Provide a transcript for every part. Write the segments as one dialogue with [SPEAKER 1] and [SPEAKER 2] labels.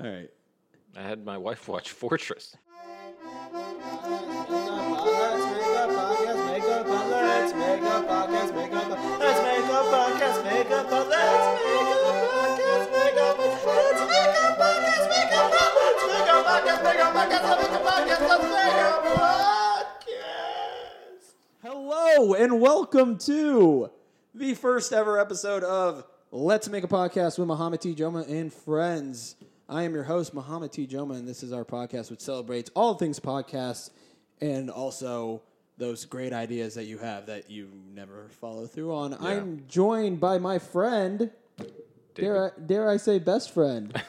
[SPEAKER 1] All right.
[SPEAKER 2] I had my wife watch Fortress.
[SPEAKER 1] Hello and welcome to the first ever episode of Let's Make a Podcast with Muhammad T. Joma and friends. I am your host, Muhammad T. Joma, and this is our podcast which celebrates all things podcasts and also those great ideas that you have that you never follow through on. I'm joined by my friend, dare I, dare I say best friend,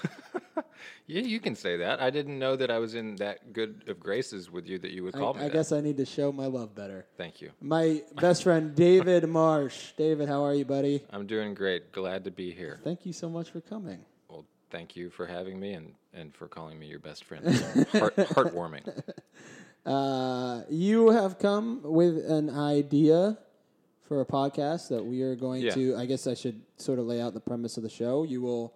[SPEAKER 2] Yeah, you can say that. I didn't know that I was in that good of graces with you that you would
[SPEAKER 1] I,
[SPEAKER 2] call me.
[SPEAKER 1] I
[SPEAKER 2] that.
[SPEAKER 1] guess I need to show my love better.
[SPEAKER 2] Thank you.
[SPEAKER 1] My best friend, David Marsh. David, how are you, buddy?
[SPEAKER 2] I'm doing great. Glad to be here.
[SPEAKER 1] Thank you so much for coming.
[SPEAKER 2] Well, thank you for having me and, and for calling me your best friend. It's Heart, heartwarming.
[SPEAKER 1] Uh, you have come with an idea for a podcast that we are going
[SPEAKER 2] Yeah.
[SPEAKER 1] to. I guess I should sort of lay out the premise of the show. You will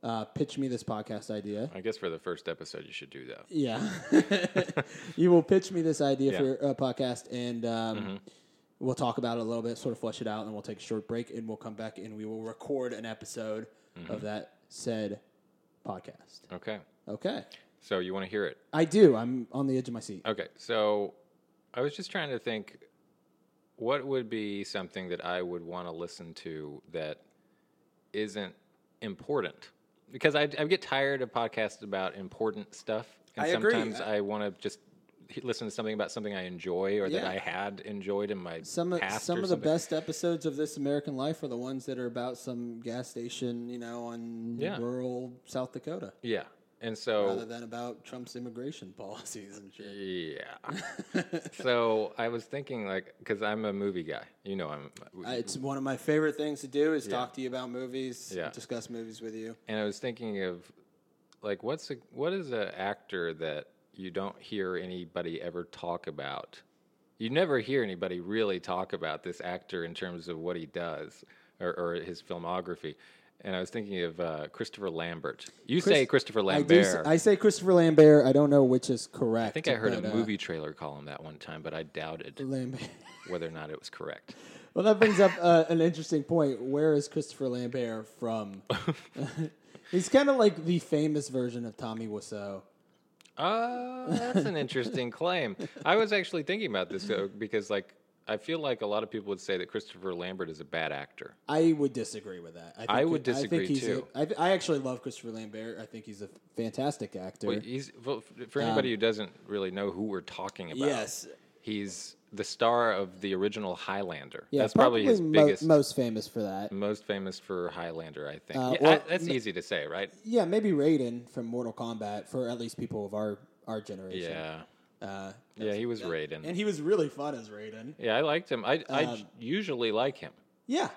[SPEAKER 1] uh, pitch me this podcast idea.
[SPEAKER 2] I guess for the first episode, you should do that.
[SPEAKER 1] Yeah. you will pitch me this idea
[SPEAKER 2] Yeah. Mm-hmm.
[SPEAKER 1] for your uh, podcast, and um, we'll talk about it a little bit, sort of flesh it out, and we'll take a short break, and we'll come back and we will record an episode
[SPEAKER 2] Mm-hmm.
[SPEAKER 1] of that said podcast.
[SPEAKER 2] Okay.
[SPEAKER 1] Okay.
[SPEAKER 2] So you want to hear it?
[SPEAKER 1] I do. I'm on the edge of my seat.
[SPEAKER 2] Okay, so I was just trying to think what would be something that I would want to listen to that isn't important? Because I, I get tired of podcasts about important stuff. And
[SPEAKER 1] I agree.
[SPEAKER 2] sometimes I want to just he- listen to something about something I enjoy or that
[SPEAKER 1] Yeah.
[SPEAKER 2] I had enjoyed in my
[SPEAKER 1] Some of,
[SPEAKER 2] past.
[SPEAKER 1] some
[SPEAKER 2] or
[SPEAKER 1] of the
[SPEAKER 2] something.
[SPEAKER 1] best episodes of This American Life are the ones that are about some gas station, you know, in
[SPEAKER 2] Yeah.
[SPEAKER 1] rural South Dakota,
[SPEAKER 2] Yeah. And so.
[SPEAKER 1] rather than about Trump's immigration policies and shit.
[SPEAKER 2] yeah. so I was thinking, like, because I'm a movie guy. You know, I'm.
[SPEAKER 1] I- It's one of my favorite things to do is talk to you about movies,
[SPEAKER 2] Yeah.
[SPEAKER 1] discuss movies with you.
[SPEAKER 2] and I was thinking of like what's a, what is an actor that you don't hear anybody ever talk about? You never hear anybody really talk about this actor in terms of what he does or, or his filmography. And I was thinking of uh, Christopher Lambert. You say Christopher
[SPEAKER 1] I,
[SPEAKER 2] Lambert.
[SPEAKER 1] do, s- I say Christopher Lambert. I don't know which is correct.
[SPEAKER 2] I think I heard
[SPEAKER 1] but,
[SPEAKER 2] a
[SPEAKER 1] uh,
[SPEAKER 2] movie trailer call him that one time, but I doubted
[SPEAKER 1] Lambert.
[SPEAKER 2] whether or not it was correct.
[SPEAKER 1] Well, that brings up uh, an interesting point. Where is Christopher Lambert from? He's kind of like the famous version of Tommy Wiseau.
[SPEAKER 2] Uh, that's an interesting claim. I was actually thinking about this though, because like I feel like a lot of people would say that Christopher Lambert is a bad actor.
[SPEAKER 1] I would disagree with that. I, think,
[SPEAKER 2] I would disagree,
[SPEAKER 1] he's
[SPEAKER 2] too.
[SPEAKER 1] A, I, th- I actually love Christopher Lambert. I think he's a fantastic actor.
[SPEAKER 2] Well, he's well, f- for anybody who doesn't really know who we're talking about.
[SPEAKER 1] Um, yes,
[SPEAKER 2] he's the star of the original Highlander.
[SPEAKER 1] yeah,
[SPEAKER 2] that's probably, his
[SPEAKER 1] mo-
[SPEAKER 2] biggest, Mm.
[SPEAKER 1] most famous for that.
[SPEAKER 2] most famous for Highlander. I think.
[SPEAKER 1] Uh,
[SPEAKER 2] yeah,
[SPEAKER 1] well,
[SPEAKER 2] I- that's easy to say, right?
[SPEAKER 1] Yeah, maybe Raiden from Mortal Kombat for at least people of our our generation.
[SPEAKER 2] Yeah,
[SPEAKER 1] Uh,
[SPEAKER 2] yeah, he was Raiden.
[SPEAKER 1] and he Um, was really fun as Raiden.
[SPEAKER 2] yeah, I liked him. I, I j- usually like him.
[SPEAKER 1] Yeah,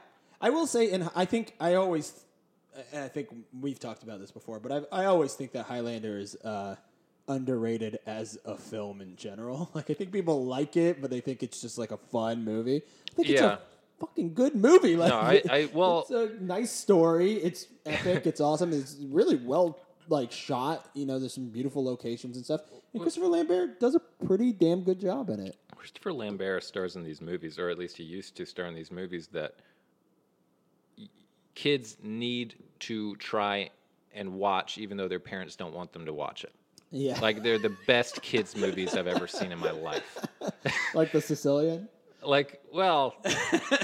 [SPEAKER 1] I will say, and I think I always, and I think we've talked about this before, but I've, I always think that Highlander is uh, underrated as a film in general. Like I think people like it, but they think it's just like a fun movie. I think it's
[SPEAKER 2] Yeah.
[SPEAKER 1] a fucking good movie. Like
[SPEAKER 2] No, I, I well,
[SPEAKER 1] it's a nice story. It's epic. it's awesome. It's really well like shot. You know, there's some beautiful locations and stuff. And Christopher Lambert does a pretty damn good job in it.
[SPEAKER 2] Christopher Lambert stars in these movies, or at least he used to star in these movies that y- kids need to try and watch, even though their parents don't want them to watch it.
[SPEAKER 1] Yeah, like,
[SPEAKER 2] Like they're the best kids movies I've ever seen in my life.
[SPEAKER 1] the Sicilian.
[SPEAKER 2] Like, well,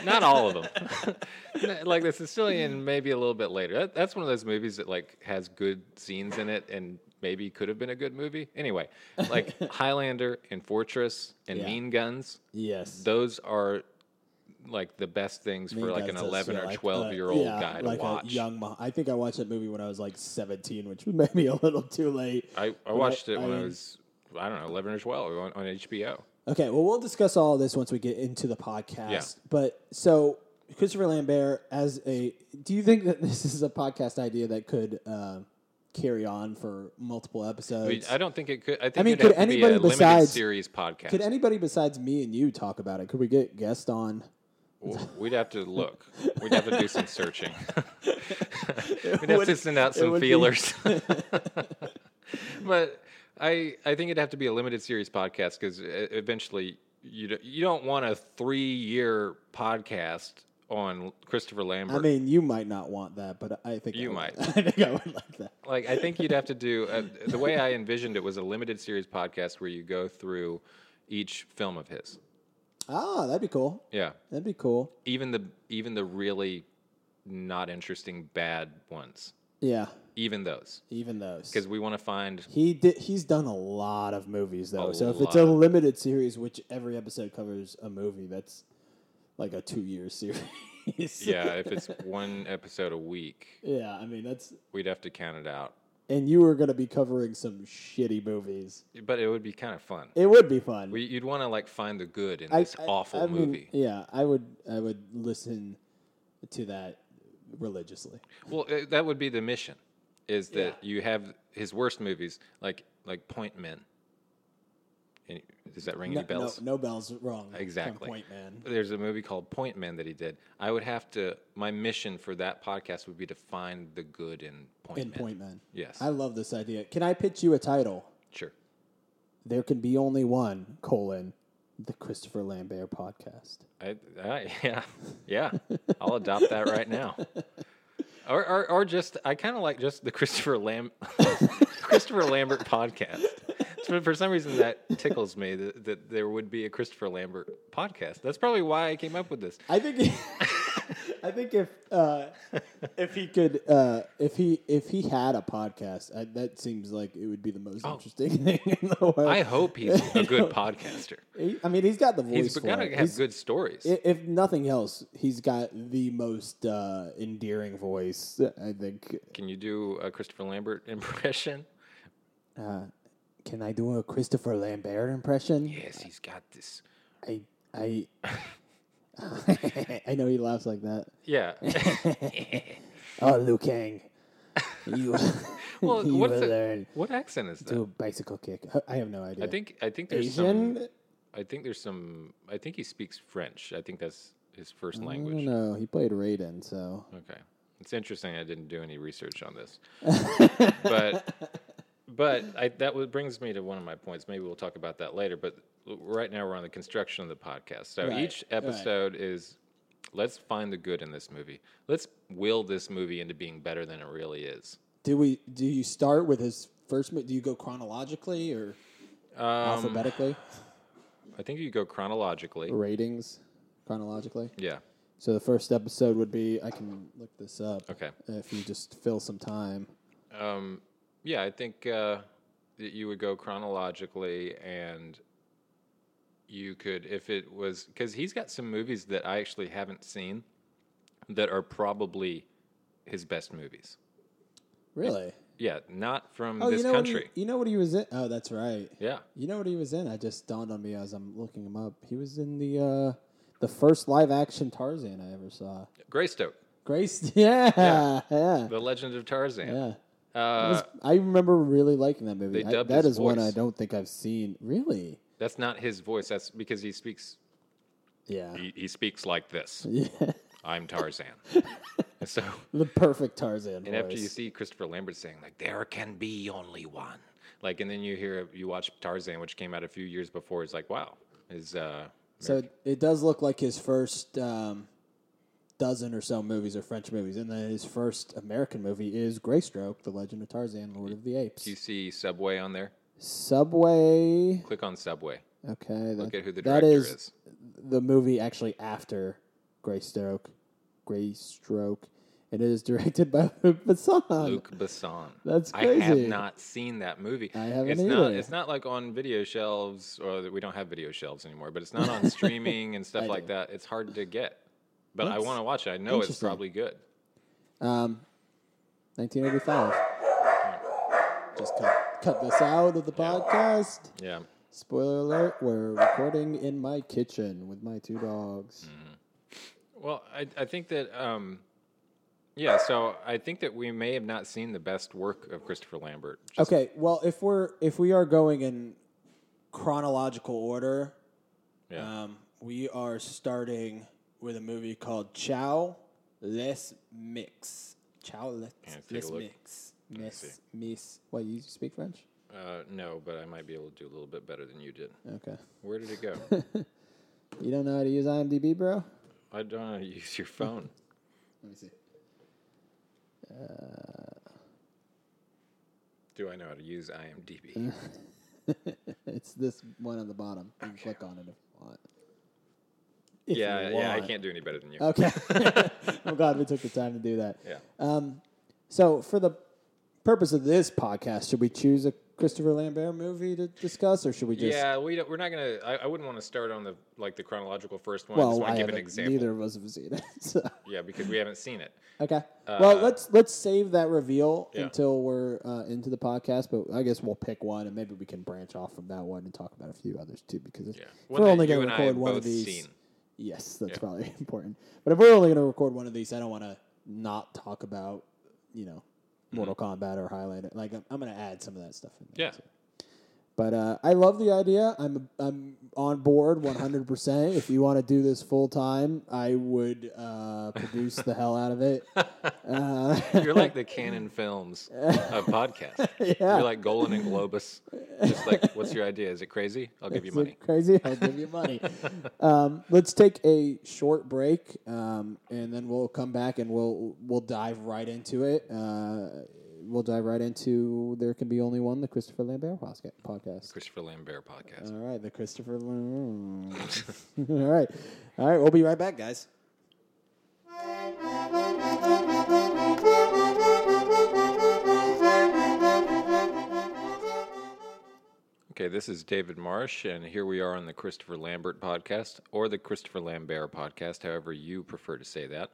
[SPEAKER 2] not all of them. like the Sicilian, maybe a little bit later. That, that's one of those movies that like has good scenes in it, and maybe could have been a good movie. Anyway, like Highlander and Fortress and
[SPEAKER 1] Yeah.
[SPEAKER 2] Mean Guns.
[SPEAKER 1] Yes.
[SPEAKER 2] Those are like the best things for
[SPEAKER 1] Mean
[SPEAKER 2] like
[SPEAKER 1] Guys
[SPEAKER 2] an
[SPEAKER 1] does
[SPEAKER 2] eleven
[SPEAKER 1] feel
[SPEAKER 2] or
[SPEAKER 1] like, uh,
[SPEAKER 2] twelve year old
[SPEAKER 1] yeah,
[SPEAKER 2] guy to
[SPEAKER 1] like a
[SPEAKER 2] watch.
[SPEAKER 1] young, mo- I think I watched that movie when I was like seventeen, which was maybe a little too late.
[SPEAKER 2] I, I watched it when I,
[SPEAKER 1] mean-
[SPEAKER 2] was I don't know eleven or twelve on, on HBO.
[SPEAKER 1] Okay, well, we'll discuss all of this once we get into the podcast.
[SPEAKER 2] Yeah.
[SPEAKER 1] But so Christopher Lambert, as a, do you think that this is a podcast idea that could uh, carry on for multiple episodes?
[SPEAKER 2] I, mean, I don't think it could. I think
[SPEAKER 1] mean,
[SPEAKER 2] it'd
[SPEAKER 1] could
[SPEAKER 2] have to be a
[SPEAKER 1] anybody
[SPEAKER 2] limited
[SPEAKER 1] besides-
[SPEAKER 2] series podcast.
[SPEAKER 1] could anybody besides me and you talk about it? Could we get guests on?
[SPEAKER 2] Well, We'd have to look. We'd have to do some searching. We'd have
[SPEAKER 1] would-
[SPEAKER 2] to send out
[SPEAKER 1] it
[SPEAKER 2] some
[SPEAKER 1] would be-
[SPEAKER 2] feelers. but I I think it'd have to be a limited series podcast because eventually you do, you don't want a three year podcast on Christopher Lambert.
[SPEAKER 1] I mean, you might not want that, but I think I
[SPEAKER 2] You
[SPEAKER 1] would.
[SPEAKER 2] might.
[SPEAKER 1] I think I would like that.
[SPEAKER 2] like I think you'd have to do a, the way I envisioned it was a limited series podcast where you go through each film of his.
[SPEAKER 1] Ah, that'd be cool.
[SPEAKER 2] Yeah,
[SPEAKER 1] That'd be cool.
[SPEAKER 2] even the even the really not interesting bad ones,
[SPEAKER 1] Yeah,
[SPEAKER 2] even those,
[SPEAKER 1] even those.
[SPEAKER 2] because we want to find
[SPEAKER 1] He did. He's done a lot of movies though.
[SPEAKER 2] A
[SPEAKER 1] so if it's a
[SPEAKER 2] lot.
[SPEAKER 1] limited series, which every episode covers a movie, that's like a two-year series.
[SPEAKER 2] yeah, if it's one episode a week,
[SPEAKER 1] yeah. I mean, that's
[SPEAKER 2] we'd have to count it out.
[SPEAKER 1] and you were gonna be covering some shitty movies.
[SPEAKER 2] But it would be kind of fun.
[SPEAKER 1] It would be fun.
[SPEAKER 2] We, you'd want to like find the good in
[SPEAKER 1] I-
[SPEAKER 2] this
[SPEAKER 1] I-
[SPEAKER 2] awful
[SPEAKER 1] I mean,
[SPEAKER 2] movie.
[SPEAKER 1] yeah, I would. I would listen to that religiously.
[SPEAKER 2] Well, uh, that would be the mission, is that you have his worst movies, like like Point Men. Any- Does that ring
[SPEAKER 1] No,
[SPEAKER 2] any bells?
[SPEAKER 1] no, no bells wrong. from
[SPEAKER 2] Exactly.
[SPEAKER 1] Point man.
[SPEAKER 2] There's a movie called Point Men that he did. I would have to. My mission for that podcast would be to find the good in Point
[SPEAKER 1] In
[SPEAKER 2] Men.
[SPEAKER 1] Point Man.
[SPEAKER 2] Yes.
[SPEAKER 1] I love this idea. Can I pitch you a title?
[SPEAKER 2] Sure.
[SPEAKER 1] There can be only one colon the Christopher Lambert podcast.
[SPEAKER 2] I, I, yeah, yeah. I'll adopt that right now. Or, or, or just I kind of like just the Christopher Lam, Christopher Lambert podcast. For, for some reason, that tickles me that, that there would be a Christopher Lambert podcast. That's probably why I came up with this.
[SPEAKER 1] I think I think if uh, if he could uh, if he if he had a podcast, I, that seems like it would be the most interesting thing in the world.
[SPEAKER 2] Oh. I
[SPEAKER 1] I,
[SPEAKER 2] hope he's a good podcaster.
[SPEAKER 1] I mean, he's got the voice.
[SPEAKER 2] He's
[SPEAKER 1] for
[SPEAKER 2] got to
[SPEAKER 1] it.
[SPEAKER 2] have good stories.
[SPEAKER 1] i- If nothing else, he's got the most uh, endearing voice. I think.
[SPEAKER 2] Can you do a Christopher Lambert impression?
[SPEAKER 1] Uh, can I do a Christopher Lambert impression?
[SPEAKER 2] Yes, he's got this.
[SPEAKER 1] I I I know he laughs like that.
[SPEAKER 2] Yeah.
[SPEAKER 1] Oh, Liu Kang, you
[SPEAKER 2] well,
[SPEAKER 1] you
[SPEAKER 2] what's
[SPEAKER 1] will
[SPEAKER 2] the-
[SPEAKER 1] learn
[SPEAKER 2] what accent is that?
[SPEAKER 1] to bicycle kick. Huh, I have no idea.
[SPEAKER 2] I think I think there's some
[SPEAKER 1] Asian.
[SPEAKER 2] I think there's some. I think he speaks French. I think that's his first
[SPEAKER 1] I don't
[SPEAKER 2] language.
[SPEAKER 1] know. He played Raiden, so
[SPEAKER 2] Okay, it's interesting. I didn't do any research on this, but but I, that w- brings me to one of my points. Maybe we'll talk about that later. But l- right now we're on the construction of the podcast. So
[SPEAKER 1] Right,
[SPEAKER 2] each
[SPEAKER 1] right.
[SPEAKER 2] episode is let's find the good in this movie. Let's will this movie into being better than it really is.
[SPEAKER 1] do we? Do you start with his first? mo- Do you go chronologically or
[SPEAKER 2] Um,
[SPEAKER 1] alphabetically?
[SPEAKER 2] I think you go chronologically.
[SPEAKER 1] Ratings chronologically.
[SPEAKER 2] Yeah.
[SPEAKER 1] So the first episode would be. I can look this up.
[SPEAKER 2] Okay.
[SPEAKER 1] If you just fill some time.
[SPEAKER 2] Um, yeah, I think uh, that you would go chronologically, and you could, if it was, because he's got some movies that I actually haven't seen that are probably his best movies.
[SPEAKER 1] Really?
[SPEAKER 2] Yeah, not from
[SPEAKER 1] Oh,
[SPEAKER 2] this
[SPEAKER 1] you know What
[SPEAKER 2] country.
[SPEAKER 1] he, you know what he was in? Oh, that's right.
[SPEAKER 2] yeah,
[SPEAKER 1] You know what he was in? I just dawned on me as I'm looking him up. He was in the uh, the first live action Tarzan I ever saw.
[SPEAKER 2] Greystoke,
[SPEAKER 1] Grace, yeah, yeah,
[SPEAKER 2] Yeah. Uh,
[SPEAKER 1] yeah.
[SPEAKER 2] The Legend of Tarzan. Uh,
[SPEAKER 1] It was- I remember really liking that movie.
[SPEAKER 2] they
[SPEAKER 1] I,
[SPEAKER 2] dubbed
[SPEAKER 1] that
[SPEAKER 2] his
[SPEAKER 1] is one I
[SPEAKER 2] voice.
[SPEAKER 1] don't think I've seen. Really?
[SPEAKER 2] that's not his voice. That's because he speaks.
[SPEAKER 1] Yeah.
[SPEAKER 2] He, he speaks like this.
[SPEAKER 1] yeah.
[SPEAKER 2] I'm Tarzan. so,
[SPEAKER 1] The perfect Tarzan
[SPEAKER 2] And
[SPEAKER 1] voice.
[SPEAKER 2] after you see Christopher Lambert saying like there can be only one, like, and then you hear you watch Tarzan, which came out a few years before, it's like wow, is uh,
[SPEAKER 1] so it, it does look like his first um, dozen or so movies are French movies, and then his first American movie is Graystroke, The Legend of Tarzan, Lord of the Apes.
[SPEAKER 2] do you see Subway on there?
[SPEAKER 1] Subway.
[SPEAKER 2] Click on Subway.
[SPEAKER 1] Okay. That,
[SPEAKER 2] Look at who the
[SPEAKER 1] that
[SPEAKER 2] director
[SPEAKER 1] is
[SPEAKER 2] is.
[SPEAKER 1] the movie actually after Graystroke. Graystroke. It is directed by Luc Besson.
[SPEAKER 2] Luke Besson.
[SPEAKER 1] That's
[SPEAKER 2] I have
[SPEAKER 1] crazy.
[SPEAKER 2] not seen that movie.
[SPEAKER 1] I haven't
[SPEAKER 2] it's Not,
[SPEAKER 1] either.
[SPEAKER 2] it's not like on video shelves, or that- we don't have video shelves anymore. But it's not on streaming and stuff like that. It's hard to get. But I
[SPEAKER 1] That's
[SPEAKER 2] want to watch it. I know it's
[SPEAKER 1] interesting.
[SPEAKER 2] probably good.
[SPEAKER 1] Um, 1985. Just cut, cut this out of the podcast.
[SPEAKER 2] Yeah.
[SPEAKER 1] Spoiler alert, we're recording in my kitchen with my two dogs.
[SPEAKER 2] Well, I, I think that, um, yeah, so I think that we may have not seen the best work of Christopher Lambert. Just-
[SPEAKER 1] Okay, well, if we're if we are going in chronological order,
[SPEAKER 2] Yeah.
[SPEAKER 1] um, we are starting with a movie called Chow Les Mix. Chowlets.
[SPEAKER 2] Yeah, take a
[SPEAKER 1] Miss
[SPEAKER 2] look.
[SPEAKER 1] Mix.
[SPEAKER 2] Let me
[SPEAKER 1] Miss
[SPEAKER 2] see.
[SPEAKER 1] Miss. What you speak French?
[SPEAKER 2] Uh, no, but I might be able to do a little bit better than you did.
[SPEAKER 1] Okay.
[SPEAKER 2] Where did it go?
[SPEAKER 1] You don't know how to use IMDb, bro?
[SPEAKER 2] I don't know how to use your phone.
[SPEAKER 1] Let me see.
[SPEAKER 2] Do I know how to use IMDb?
[SPEAKER 1] it's this one on the bottom. You can click on it if you want. If
[SPEAKER 2] yeah,
[SPEAKER 1] you
[SPEAKER 2] yeah, I
[SPEAKER 1] want. Oh,
[SPEAKER 2] can't do any better than you.
[SPEAKER 1] Okay. I'm glad we took the time to do that.
[SPEAKER 2] Yeah.
[SPEAKER 1] Um, so, for the purpose of this podcast, should we choose a Christopher Lambert movie to discuss, or should we just?
[SPEAKER 2] yeah, we don't, we're not gonna. I, I wouldn't want to start on the like the chronological first one. I just
[SPEAKER 1] Well,
[SPEAKER 2] want
[SPEAKER 1] I
[SPEAKER 2] to give an
[SPEAKER 1] haven't-
[SPEAKER 2] example.
[SPEAKER 1] neither of us have seen it. so-
[SPEAKER 2] Yeah, because we haven't seen it.
[SPEAKER 1] Okay. well,
[SPEAKER 2] Uh,
[SPEAKER 1] let's let's save that reveal
[SPEAKER 2] Yeah.
[SPEAKER 1] until we're uh, into the podcast. But I guess we'll pick one, and maybe we can branch off from that one and talk about a few others too. Because if
[SPEAKER 2] Yeah,
[SPEAKER 1] we're
[SPEAKER 2] that
[SPEAKER 1] only
[SPEAKER 2] you
[SPEAKER 1] going
[SPEAKER 2] and
[SPEAKER 1] to
[SPEAKER 2] I
[SPEAKER 1] record
[SPEAKER 2] have
[SPEAKER 1] one of
[SPEAKER 2] both
[SPEAKER 1] these,
[SPEAKER 2] seen.
[SPEAKER 1] yes, that's
[SPEAKER 2] Yeah.
[SPEAKER 1] probably important. But if we're only going to record one of these, I don't want to not talk about you know Mortal Kombat or Highlander. Like I'm, I'm going to add some of that stuff in there.
[SPEAKER 2] Mm-hmm. Yeah.
[SPEAKER 1] too. But uh, I love the idea. I'm I'm on board 100. percent If you want to do this full time, I would uh, produce the hell out of it. Uh,
[SPEAKER 2] You're like the Canon Films of podcast.
[SPEAKER 1] Yeah.
[SPEAKER 2] You're like Golan and Globus. Just like, what's your idea? Is it crazy? I'll give you
[SPEAKER 1] is
[SPEAKER 2] money.
[SPEAKER 1] it crazy? I'll give you money. um, let's take a short break, um, and then we'll come back and we'll we'll dive right into it. Uh, we'll dive right into there can be only one, the Christopher Lambert posca- podcast.
[SPEAKER 2] Christopher Lambert podcast.
[SPEAKER 1] All right, the Christopher. Lam- all right, all right. We'll be right back, guys.
[SPEAKER 2] Okay, this is David Marsh, and here we are on the Christopher Lambert podcast or the Christopher Lambert podcast, however you prefer to say that.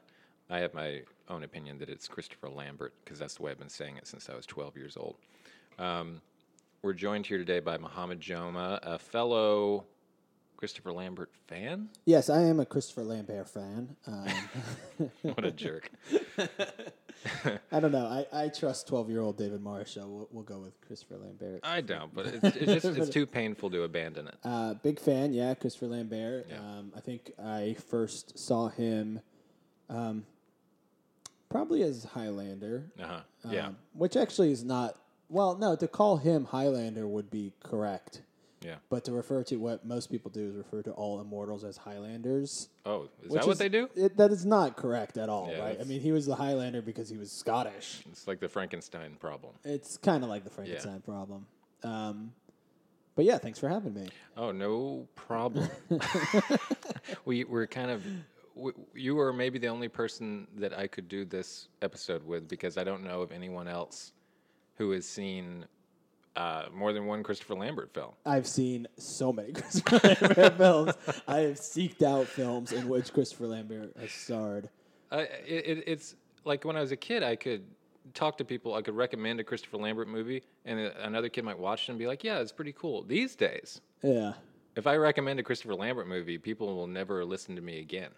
[SPEAKER 2] I have my own opinion that it's Christopher Lambert because that's the way I've been saying it since I was 12 years old. Um, we're joined here today by Mohammed Joma, a fellow Christopher Lambert fan.
[SPEAKER 1] Yes, I am a Christopher Lambert fan. Um,
[SPEAKER 2] What a jerk.
[SPEAKER 1] I don't know. I, I trust twelve year old David Marsh, so we'll, we'll go with Christopher Lambert.
[SPEAKER 2] I don't, but it's, it's just it's too painful to abandon it.
[SPEAKER 1] Uh, big fan, yeah, Christopher Lambert.
[SPEAKER 2] Yeah.
[SPEAKER 1] Um, I think I first saw him um, probably as Highlander.
[SPEAKER 2] Uh-huh. Yeah.
[SPEAKER 1] um, which actually is not, well, no, to call him Highlander would be correct.
[SPEAKER 2] yeah.
[SPEAKER 1] But to refer to what most people do is refer to all immortals as Highlanders.
[SPEAKER 2] Oh, is
[SPEAKER 1] which
[SPEAKER 2] that what they do?
[SPEAKER 1] It, that is not correct at all, right?
[SPEAKER 2] Yeah,
[SPEAKER 1] I
[SPEAKER 2] that's-
[SPEAKER 1] mean, he was the Highlander because he was Scottish.
[SPEAKER 2] It's like the Frankenstein problem.
[SPEAKER 1] It's kind of like the Frankenstein problem. Um, but yeah, thanks for having me.
[SPEAKER 2] Oh, no problem. we were kind of. w you were maybe the only person that I could do this episode with because I don't know of anyone else who has seen uh, more than one Christopher Lambert film.
[SPEAKER 1] I've seen so many Christopher Lambert films. I have seeked out films in which Christopher Lambert has starred.
[SPEAKER 2] Uh, it, it, it's like when I was a kid, I could talk to people, I could recommend a Christopher Lambert movie, and uh, another kid might watch it and be like, "Yeah, it's pretty cool." These days,
[SPEAKER 1] Yeah,
[SPEAKER 2] if I recommend a Christopher Lambert movie, people will never listen to me again.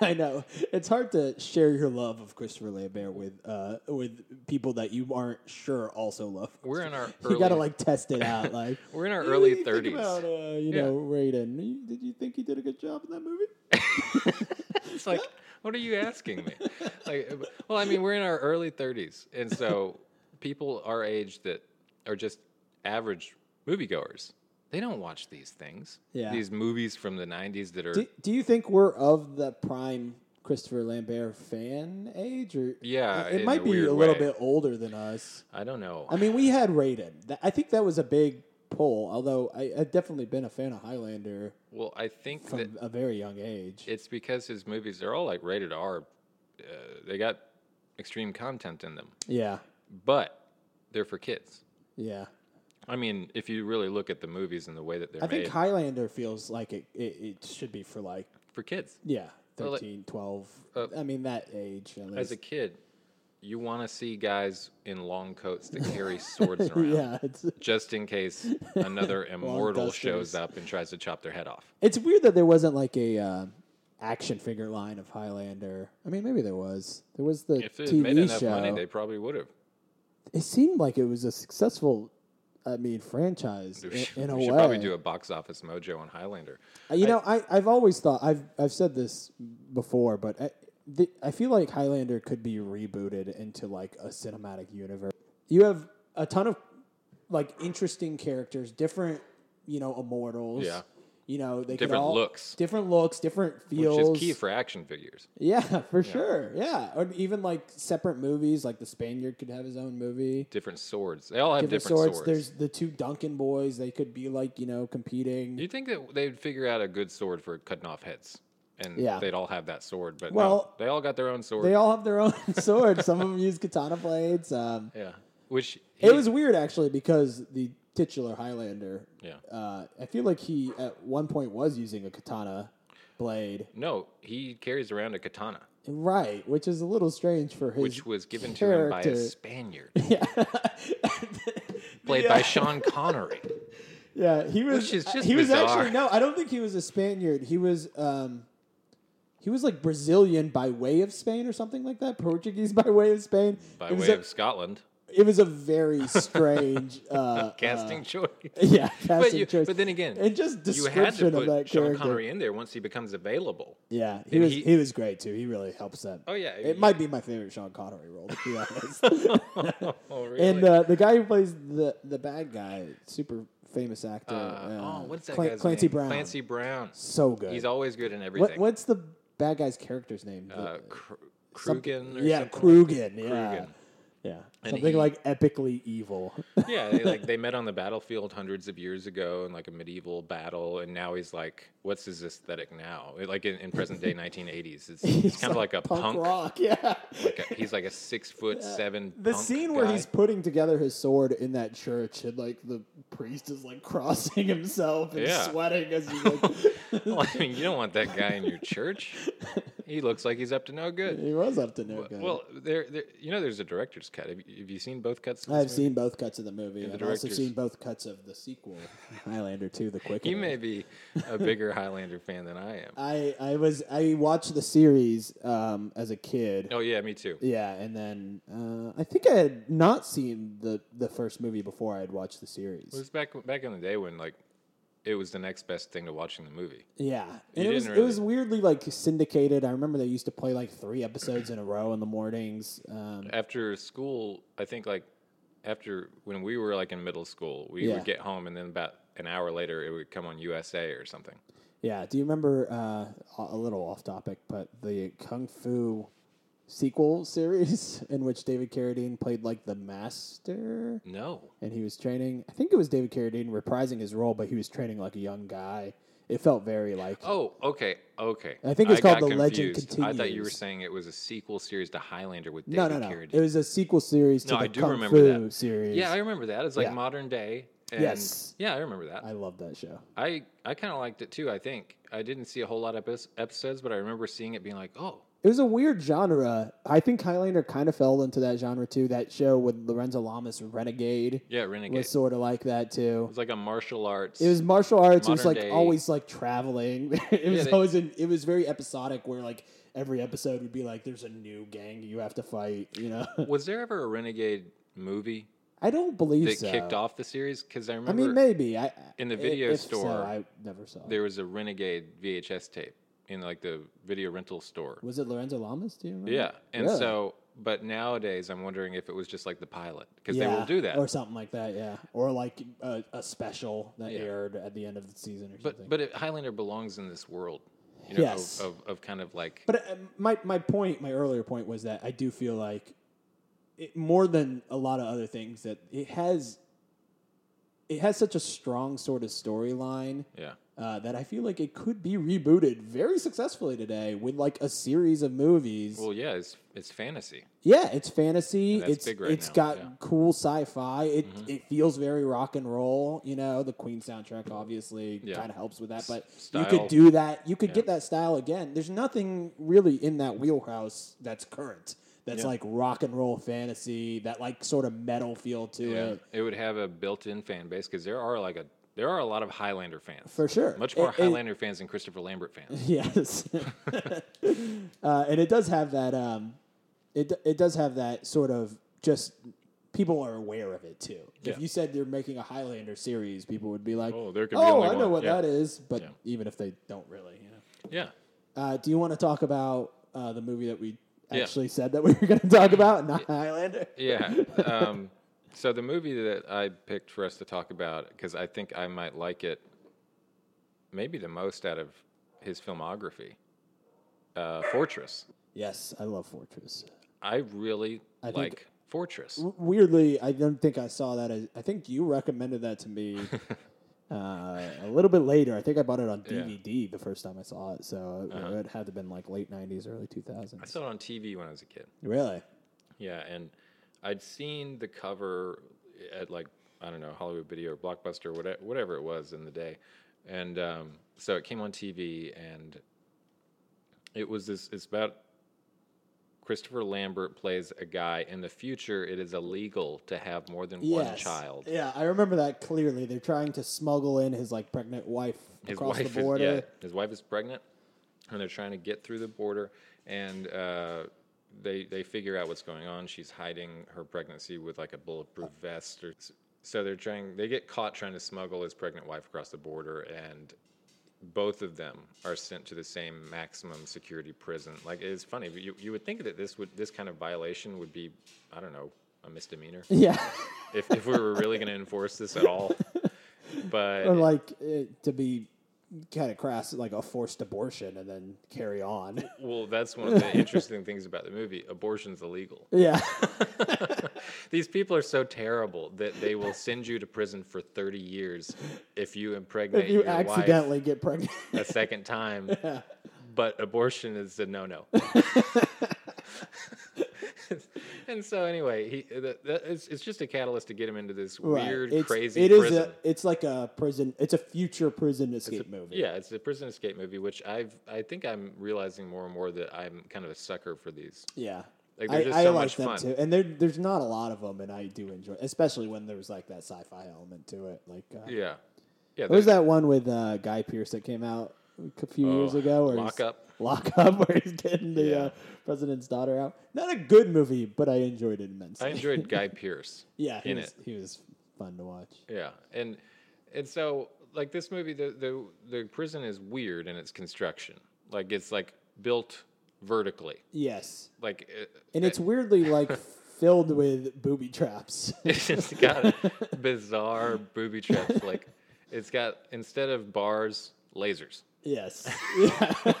[SPEAKER 1] I know. It's hard to share your love of Christopher Lambert with uh, with people that you aren't sure also love.
[SPEAKER 2] We're in our
[SPEAKER 1] you gotta
[SPEAKER 2] early-
[SPEAKER 1] like test it out. Like
[SPEAKER 2] We're in our
[SPEAKER 1] "What do
[SPEAKER 2] early
[SPEAKER 1] you think
[SPEAKER 2] 30s."
[SPEAKER 1] about, uh, you
[SPEAKER 2] Yeah.
[SPEAKER 1] know, Raiden. You- Did you think he did a good job in that movie?
[SPEAKER 2] It's like, what are you asking me? Like, well, I mean, we're in our early 30s, and so people our age that are just average moviegoers, they don't watch these things.
[SPEAKER 1] Yeah.
[SPEAKER 2] These movies from the 90s that are.
[SPEAKER 1] Do, do you think we're of the prime Christopher Lambert fan age? Or
[SPEAKER 2] Yeah,
[SPEAKER 1] it,
[SPEAKER 2] in
[SPEAKER 1] might
[SPEAKER 2] a
[SPEAKER 1] be
[SPEAKER 2] weird
[SPEAKER 1] a little
[SPEAKER 2] way.
[SPEAKER 1] bit older than us.
[SPEAKER 2] I don't know.
[SPEAKER 1] I mean, we had Raiden. That, I think that was a big pull. Although I, I've definitely been a fan of Highlander
[SPEAKER 2] well, I think that
[SPEAKER 1] from a very young age.
[SPEAKER 2] it's because his movies, they're all like rated R. Uh, they got extreme content in them,
[SPEAKER 1] yeah,
[SPEAKER 2] but they're for kids.
[SPEAKER 1] yeah.
[SPEAKER 2] I mean, if you really look at the movies and the way that they're
[SPEAKER 1] I
[SPEAKER 2] made,
[SPEAKER 1] think Highlander feels like it, it, it should be for like,
[SPEAKER 2] for kids.
[SPEAKER 1] yeah,
[SPEAKER 2] Well, like-
[SPEAKER 1] 13, 12.
[SPEAKER 2] Uh,
[SPEAKER 1] I mean, that age. At least.
[SPEAKER 2] As a kid, you want to see guys in long coats that carry swords around,
[SPEAKER 1] yeah, it's,
[SPEAKER 2] just in case another immortal
[SPEAKER 1] dusters.
[SPEAKER 2] shows up and tries to chop their head off.
[SPEAKER 1] it's weird that there wasn't like a uh, action figure line of Highlander. I mean, maybe there was. There was the
[SPEAKER 2] If it
[SPEAKER 1] TV
[SPEAKER 2] made enough
[SPEAKER 1] show.
[SPEAKER 2] money, they probably would have.
[SPEAKER 1] it seemed like it was a successful, I mean, franchise
[SPEAKER 2] We
[SPEAKER 1] in,
[SPEAKER 2] should,
[SPEAKER 1] in a
[SPEAKER 2] we should
[SPEAKER 1] way.
[SPEAKER 2] probably do a box office mojo on Highlander.
[SPEAKER 1] Uh, You know, I, I've always thought I've I've said this before, but I, the, I feel like Highlander could be rebooted into like a cinematic universe. You have a ton of like interesting characters, different you know immortals.
[SPEAKER 2] Yeah.
[SPEAKER 1] You know they could
[SPEAKER 2] Different
[SPEAKER 1] all-
[SPEAKER 2] looks.
[SPEAKER 1] different looks, different
[SPEAKER 2] which
[SPEAKER 1] feels.
[SPEAKER 2] is key for action figures.
[SPEAKER 1] yeah, for sure. Yeah, or even like separate movies. Like the Spaniard could have his own movie.
[SPEAKER 2] Different swords. They all have
[SPEAKER 1] Different
[SPEAKER 2] different,
[SPEAKER 1] swords.
[SPEAKER 2] swords.
[SPEAKER 1] There's the two Duncan boys. They could be like you know competing.
[SPEAKER 2] Do you think that they'd figure out a good sword for cutting off heads? And
[SPEAKER 1] Yeah.
[SPEAKER 2] they'd all have that sword, but
[SPEAKER 1] Well,
[SPEAKER 2] no, they all got their own sword.
[SPEAKER 1] They all have their own swords. Some of them use katana blades. Um,
[SPEAKER 2] yeah, which
[SPEAKER 1] It was weird actually because the titular Highlander.
[SPEAKER 2] Yeah.
[SPEAKER 1] Uh, I feel like he at one point was using a katana blade,
[SPEAKER 2] no, he carries around a katana,
[SPEAKER 1] right? Which is a little strange for his.
[SPEAKER 2] which was given to him by
[SPEAKER 1] character-
[SPEAKER 2] a Spaniard,
[SPEAKER 1] yeah.
[SPEAKER 2] played
[SPEAKER 1] Yeah.
[SPEAKER 2] by Sean Connery.
[SPEAKER 1] Yeah, he was. uh,
[SPEAKER 2] Which is just
[SPEAKER 1] he was
[SPEAKER 2] bizarre.
[SPEAKER 1] actually no. I don't think he was a Spaniard. He was. Um, he was like Brazilian by way of Spain or something like that. Portuguese by way of Spain.
[SPEAKER 2] By
[SPEAKER 1] it was
[SPEAKER 2] way
[SPEAKER 1] a,
[SPEAKER 2] of Scotland,
[SPEAKER 1] It was a very strange uh,
[SPEAKER 2] casting
[SPEAKER 1] uh,
[SPEAKER 2] choice.
[SPEAKER 1] yeah, casting
[SPEAKER 2] But, you,
[SPEAKER 1] choice.
[SPEAKER 2] but then again,
[SPEAKER 1] and just
[SPEAKER 2] you had to
[SPEAKER 1] description of that
[SPEAKER 2] put Sean
[SPEAKER 1] character.
[SPEAKER 2] Connery in there once he becomes available.
[SPEAKER 1] Yeah, he
[SPEAKER 2] And
[SPEAKER 1] was he,
[SPEAKER 2] he-
[SPEAKER 1] was great too. He really helps that.
[SPEAKER 2] Oh, yeah,
[SPEAKER 1] it
[SPEAKER 2] he-
[SPEAKER 1] might be my favorite Sean Connery role to be honest.
[SPEAKER 2] Oh, really?
[SPEAKER 1] and uh, the guy who plays the the bad guy, super famous actor.
[SPEAKER 2] oh,
[SPEAKER 1] uh,
[SPEAKER 2] what's that
[SPEAKER 1] Clan-
[SPEAKER 2] guy's
[SPEAKER 1] Clancy
[SPEAKER 2] name?
[SPEAKER 1] Brown.
[SPEAKER 2] Clancy Brown.
[SPEAKER 1] so good.
[SPEAKER 2] He's always good in everything.
[SPEAKER 1] what, what's the bad guy's character's name?
[SPEAKER 2] uh,
[SPEAKER 1] The-
[SPEAKER 2] Kr-
[SPEAKER 1] some-
[SPEAKER 2] Krugen or
[SPEAKER 1] yeah,
[SPEAKER 2] something like
[SPEAKER 1] Krugen. Yeah,
[SPEAKER 2] Krugen.
[SPEAKER 1] yeah,
[SPEAKER 2] And
[SPEAKER 1] something
[SPEAKER 2] he-
[SPEAKER 1] like epically evil.
[SPEAKER 2] that. yeah, they, like they met on the battlefield hundreds of years ago in like a medieval battle, and now he's like, what's his aesthetic now? Like in, in present day 1980s, it's, it's kind of like, a punk.
[SPEAKER 1] rock. Yeah.
[SPEAKER 2] Like a, he's like a six foot seven.
[SPEAKER 1] The
[SPEAKER 2] punk
[SPEAKER 1] scene where
[SPEAKER 2] guy.
[SPEAKER 1] he's putting together his sword in that church, and like the priest is like crossing himself and
[SPEAKER 2] Yeah.
[SPEAKER 1] sweating as he's like,
[SPEAKER 2] Well, I mean, you don't want that guy in your church. He looks like he's up to no good.
[SPEAKER 1] he was up to no good.
[SPEAKER 2] Well, there, there, you know, there's a director's cut. Have you, have you seen both cuts? of this
[SPEAKER 1] I've
[SPEAKER 2] movie?
[SPEAKER 1] seen both cuts of the movie. I've also
[SPEAKER 2] directors-
[SPEAKER 1] seen both cuts of the sequel, Highlander Two: The Quickening.
[SPEAKER 2] He may be a bigger Highlander fan than I am.
[SPEAKER 1] I I was I watched the series um, as a kid.
[SPEAKER 2] Oh yeah, me too.
[SPEAKER 1] Yeah, and then uh, I think I had not seen the the first movie before I had watched the series.
[SPEAKER 2] It was back back in the day when like it was the next best thing to watching the movie.
[SPEAKER 1] Yeah, and it
[SPEAKER 2] didn't
[SPEAKER 1] was it
[SPEAKER 2] really-
[SPEAKER 1] was weirdly like syndicated. I remember they used to play like three episodes in a row in the mornings. Um,
[SPEAKER 2] After school, I think like after when we were like in middle school, we
[SPEAKER 1] Yeah.
[SPEAKER 2] would get home and then about an hour later it would come on USA or something.
[SPEAKER 1] yeah, do you remember uh, a a little off topic, but the kung fu sequel series in which David Carradine played like the master,
[SPEAKER 2] No.
[SPEAKER 1] and he was training. I think it was David Carradine reprising his role, but he was training like a young guy. It felt very like
[SPEAKER 2] Oh, okay, okay.
[SPEAKER 1] I think it's
[SPEAKER 2] got
[SPEAKER 1] called The Legend
[SPEAKER 2] I thought you were
[SPEAKER 1] Continues.
[SPEAKER 2] saying it was a sequel series to Highlander with
[SPEAKER 1] no,
[SPEAKER 2] David
[SPEAKER 1] no, no.
[SPEAKER 2] Carradine.
[SPEAKER 1] It was a sequel series to
[SPEAKER 2] No,
[SPEAKER 1] the
[SPEAKER 2] I do
[SPEAKER 1] kung
[SPEAKER 2] remember
[SPEAKER 1] fu
[SPEAKER 2] that.
[SPEAKER 1] series.
[SPEAKER 2] yeah, I remember that. It's like
[SPEAKER 1] Yeah.
[SPEAKER 2] modern day. And
[SPEAKER 1] Yes.
[SPEAKER 2] Yeah, I remember that.
[SPEAKER 1] I love that show.
[SPEAKER 2] I I kind of liked it too. I think I didn't see a whole lot of epis- episodes, but I remember seeing it being like, oh,
[SPEAKER 1] It was a weird genre. I think Highlander kind of fell into that genre too. That show with Lorenzo Lamas, Renegade,
[SPEAKER 2] yeah, Renegade.
[SPEAKER 1] was sort of like that
[SPEAKER 2] It
[SPEAKER 1] too.
[SPEAKER 2] was like a martial arts.
[SPEAKER 1] It was martial arts. it was
[SPEAKER 2] Modern
[SPEAKER 1] like
[SPEAKER 2] day.
[SPEAKER 1] always like traveling. it was
[SPEAKER 2] they-
[SPEAKER 1] always in, it was very episodic, where like every episode would be like, "There's a new gang you have to fight." You know,
[SPEAKER 2] Was there ever a Renegade movie
[SPEAKER 1] I don't believe
[SPEAKER 2] that
[SPEAKER 1] so.
[SPEAKER 2] kicked off the series? Because I
[SPEAKER 1] I
[SPEAKER 2] remember
[SPEAKER 1] mean, maybe I
[SPEAKER 2] in the
[SPEAKER 1] i-
[SPEAKER 2] video
[SPEAKER 1] if so,
[SPEAKER 2] store,
[SPEAKER 1] I never saw. it.
[SPEAKER 2] there was a Renegade VHS tape in like the video rental store.
[SPEAKER 1] Was it Lorenzo Lamas? Do you remember?
[SPEAKER 2] Yeah, and
[SPEAKER 1] Really?
[SPEAKER 2] so, but nowadays I'm wondering if it was just like the pilot because
[SPEAKER 1] yeah,
[SPEAKER 2] they will do that.
[SPEAKER 1] or something like that. Yeah, or like a, a special that
[SPEAKER 2] Yeah.
[SPEAKER 1] aired at the end of the season or something.
[SPEAKER 2] But but it, Highlander belongs in this world, you know,
[SPEAKER 1] Yes.
[SPEAKER 2] of, of of kind of like
[SPEAKER 1] But uh, my my point, my earlier point was that I do feel like it, more than a lot of other things that it has it has such a strong sort of storyline
[SPEAKER 2] yeah.
[SPEAKER 1] uh, that I feel like it could be rebooted very successfully today with like a series of movies.
[SPEAKER 2] Well, yeah, it's it's fantasy.
[SPEAKER 1] yeah, it's fantasy.
[SPEAKER 2] And that's
[SPEAKER 1] It's it's
[SPEAKER 2] big right now,
[SPEAKER 1] got
[SPEAKER 2] yeah. Mm-hmm.
[SPEAKER 1] cool sci-fi. It it feels very rock and roll. You know, the Queen soundtrack obviously
[SPEAKER 2] Yeah.
[SPEAKER 1] kind of helps with that. But you
[SPEAKER 2] style.
[SPEAKER 1] could do that. You could
[SPEAKER 2] Yeah.
[SPEAKER 1] get that style again. There's nothing really in that wheelhouse that's current. That's
[SPEAKER 2] Yeah.
[SPEAKER 1] like rock and roll fantasy. That like sort of metal feel to
[SPEAKER 2] Yeah,
[SPEAKER 1] it.
[SPEAKER 2] it would have a built-in fan base because there are like a there are a lot of Highlander fans
[SPEAKER 1] For sure.
[SPEAKER 2] Much more
[SPEAKER 1] It- it-
[SPEAKER 2] Highlander fans than Christopher Lambert fans.
[SPEAKER 1] Yes. uh, and it does have that. Um, it it does have that sort of just people are aware of it too.
[SPEAKER 2] Yeah.
[SPEAKER 1] If you said they're making a Highlander series, people would be like,
[SPEAKER 2] Oh, there could be
[SPEAKER 1] "Oh,
[SPEAKER 2] only
[SPEAKER 1] I know
[SPEAKER 2] one."
[SPEAKER 1] what
[SPEAKER 2] Yeah.
[SPEAKER 1] that is," but
[SPEAKER 2] Yeah.
[SPEAKER 1] even if they don't really, you know.
[SPEAKER 2] Yeah.
[SPEAKER 1] Uh, do you want to talk about uh, uh, the movie that we
[SPEAKER 2] Yeah.
[SPEAKER 1] actually said that we were going to talk about, not Highlander.
[SPEAKER 2] Yeah. Um, so the movie that I picked for us to talk about because I think I might like it, maybe the most out of his filmography, uh, Fortress.
[SPEAKER 1] Yes, I love Fortress.
[SPEAKER 2] I really
[SPEAKER 1] I think-
[SPEAKER 2] like Fortress.
[SPEAKER 1] W- Weirdly, I don't think I saw that. As, I think you recommended that to me uh, a little bit later. I think I bought it on
[SPEAKER 2] Yeah. Uh-huh.
[SPEAKER 1] DVD the first time I saw it, so it, it had to have been like late '90s, early
[SPEAKER 2] I
[SPEAKER 1] 2000s.
[SPEAKER 2] saw it on TV when I was a kid.
[SPEAKER 1] Really?
[SPEAKER 2] Yeah, and I'd seen the cover at like I don't know Hollywood Video or Blockbuster, whatever, whatever it was in the day, and um, so it came on TV, and it was this. It's about Christopher Lambert plays a guy in the future. It is illegal to have more than one
[SPEAKER 1] Yes.
[SPEAKER 2] child.
[SPEAKER 1] Yeah, I remember that clearly. They're trying to smuggle in his like pregnant wife
[SPEAKER 2] his
[SPEAKER 1] across
[SPEAKER 2] wife
[SPEAKER 1] the border.
[SPEAKER 2] Is, yeah, his wife is pregnant, and they're trying to get through the border, and uh, they they figure out what's going on. She's hiding her pregnancy with like a bulletproof vest, or so they're trying. They get caught trying to smuggle his pregnant wife across the border, and both of them are sent to the same maximum security prison. Like it's funny, but you, you would think that this would this kind of violation would be, I don't know, a misdemeanor
[SPEAKER 1] Yeah.
[SPEAKER 2] if if we were really going to enforce this at all. But
[SPEAKER 1] or like it, to be kind of crass, like a forced abortion and then carry on.
[SPEAKER 2] Well, that's one of the interesting things about the movie. Abortion's illegal.
[SPEAKER 1] yeah.
[SPEAKER 2] These people are so terrible that they will send you to prison for 30 years if you impregnate
[SPEAKER 1] if you
[SPEAKER 2] your
[SPEAKER 1] accidentally get pregnant.
[SPEAKER 2] wife a second time. But abortion is a no-no. and so anyway, he that, that, it's, it's just a catalyst to get him into this weird,
[SPEAKER 1] it's,
[SPEAKER 2] crazy
[SPEAKER 1] it is
[SPEAKER 2] prison.
[SPEAKER 1] a it's like a prison it's a future prison escape movie.
[SPEAKER 2] Yeah, it's a prison escape movie, which I've I think I'm realizing more and more that I'm kind of a sucker for these.
[SPEAKER 1] Yeah.
[SPEAKER 2] Like, they're
[SPEAKER 1] I,
[SPEAKER 2] just
[SPEAKER 1] I
[SPEAKER 2] so
[SPEAKER 1] like
[SPEAKER 2] much
[SPEAKER 1] them
[SPEAKER 2] fun.
[SPEAKER 1] too, and there, there's not a lot of them, and I do enjoy, especially when there's like that sci-fi element to it. Like, uh,
[SPEAKER 2] Yeah, yeah.
[SPEAKER 1] What was that one with uh, Guy Pierce that came out a few years
[SPEAKER 2] Oh,
[SPEAKER 1] ago? Or
[SPEAKER 2] Lock
[SPEAKER 1] he's-
[SPEAKER 2] Up.
[SPEAKER 1] Lock Up, where he's getting the
[SPEAKER 2] Yeah.
[SPEAKER 1] uh, president's daughter out. Not a good movie, but I enjoyed it immensely.
[SPEAKER 2] I enjoyed Guy Pierce.
[SPEAKER 1] yeah, he
[SPEAKER 2] in
[SPEAKER 1] was,
[SPEAKER 2] it.
[SPEAKER 1] he was fun to watch.
[SPEAKER 2] Yeah, and and so like this movie, the the the prison is weird in its construction. Like it's like built vertically.
[SPEAKER 1] Yes,
[SPEAKER 2] Like it,
[SPEAKER 1] and it's weirdly like filled with booby traps.
[SPEAKER 2] it's got bizarre booby traps. Like it's got instead of bars, lasers.
[SPEAKER 1] yes, yeah.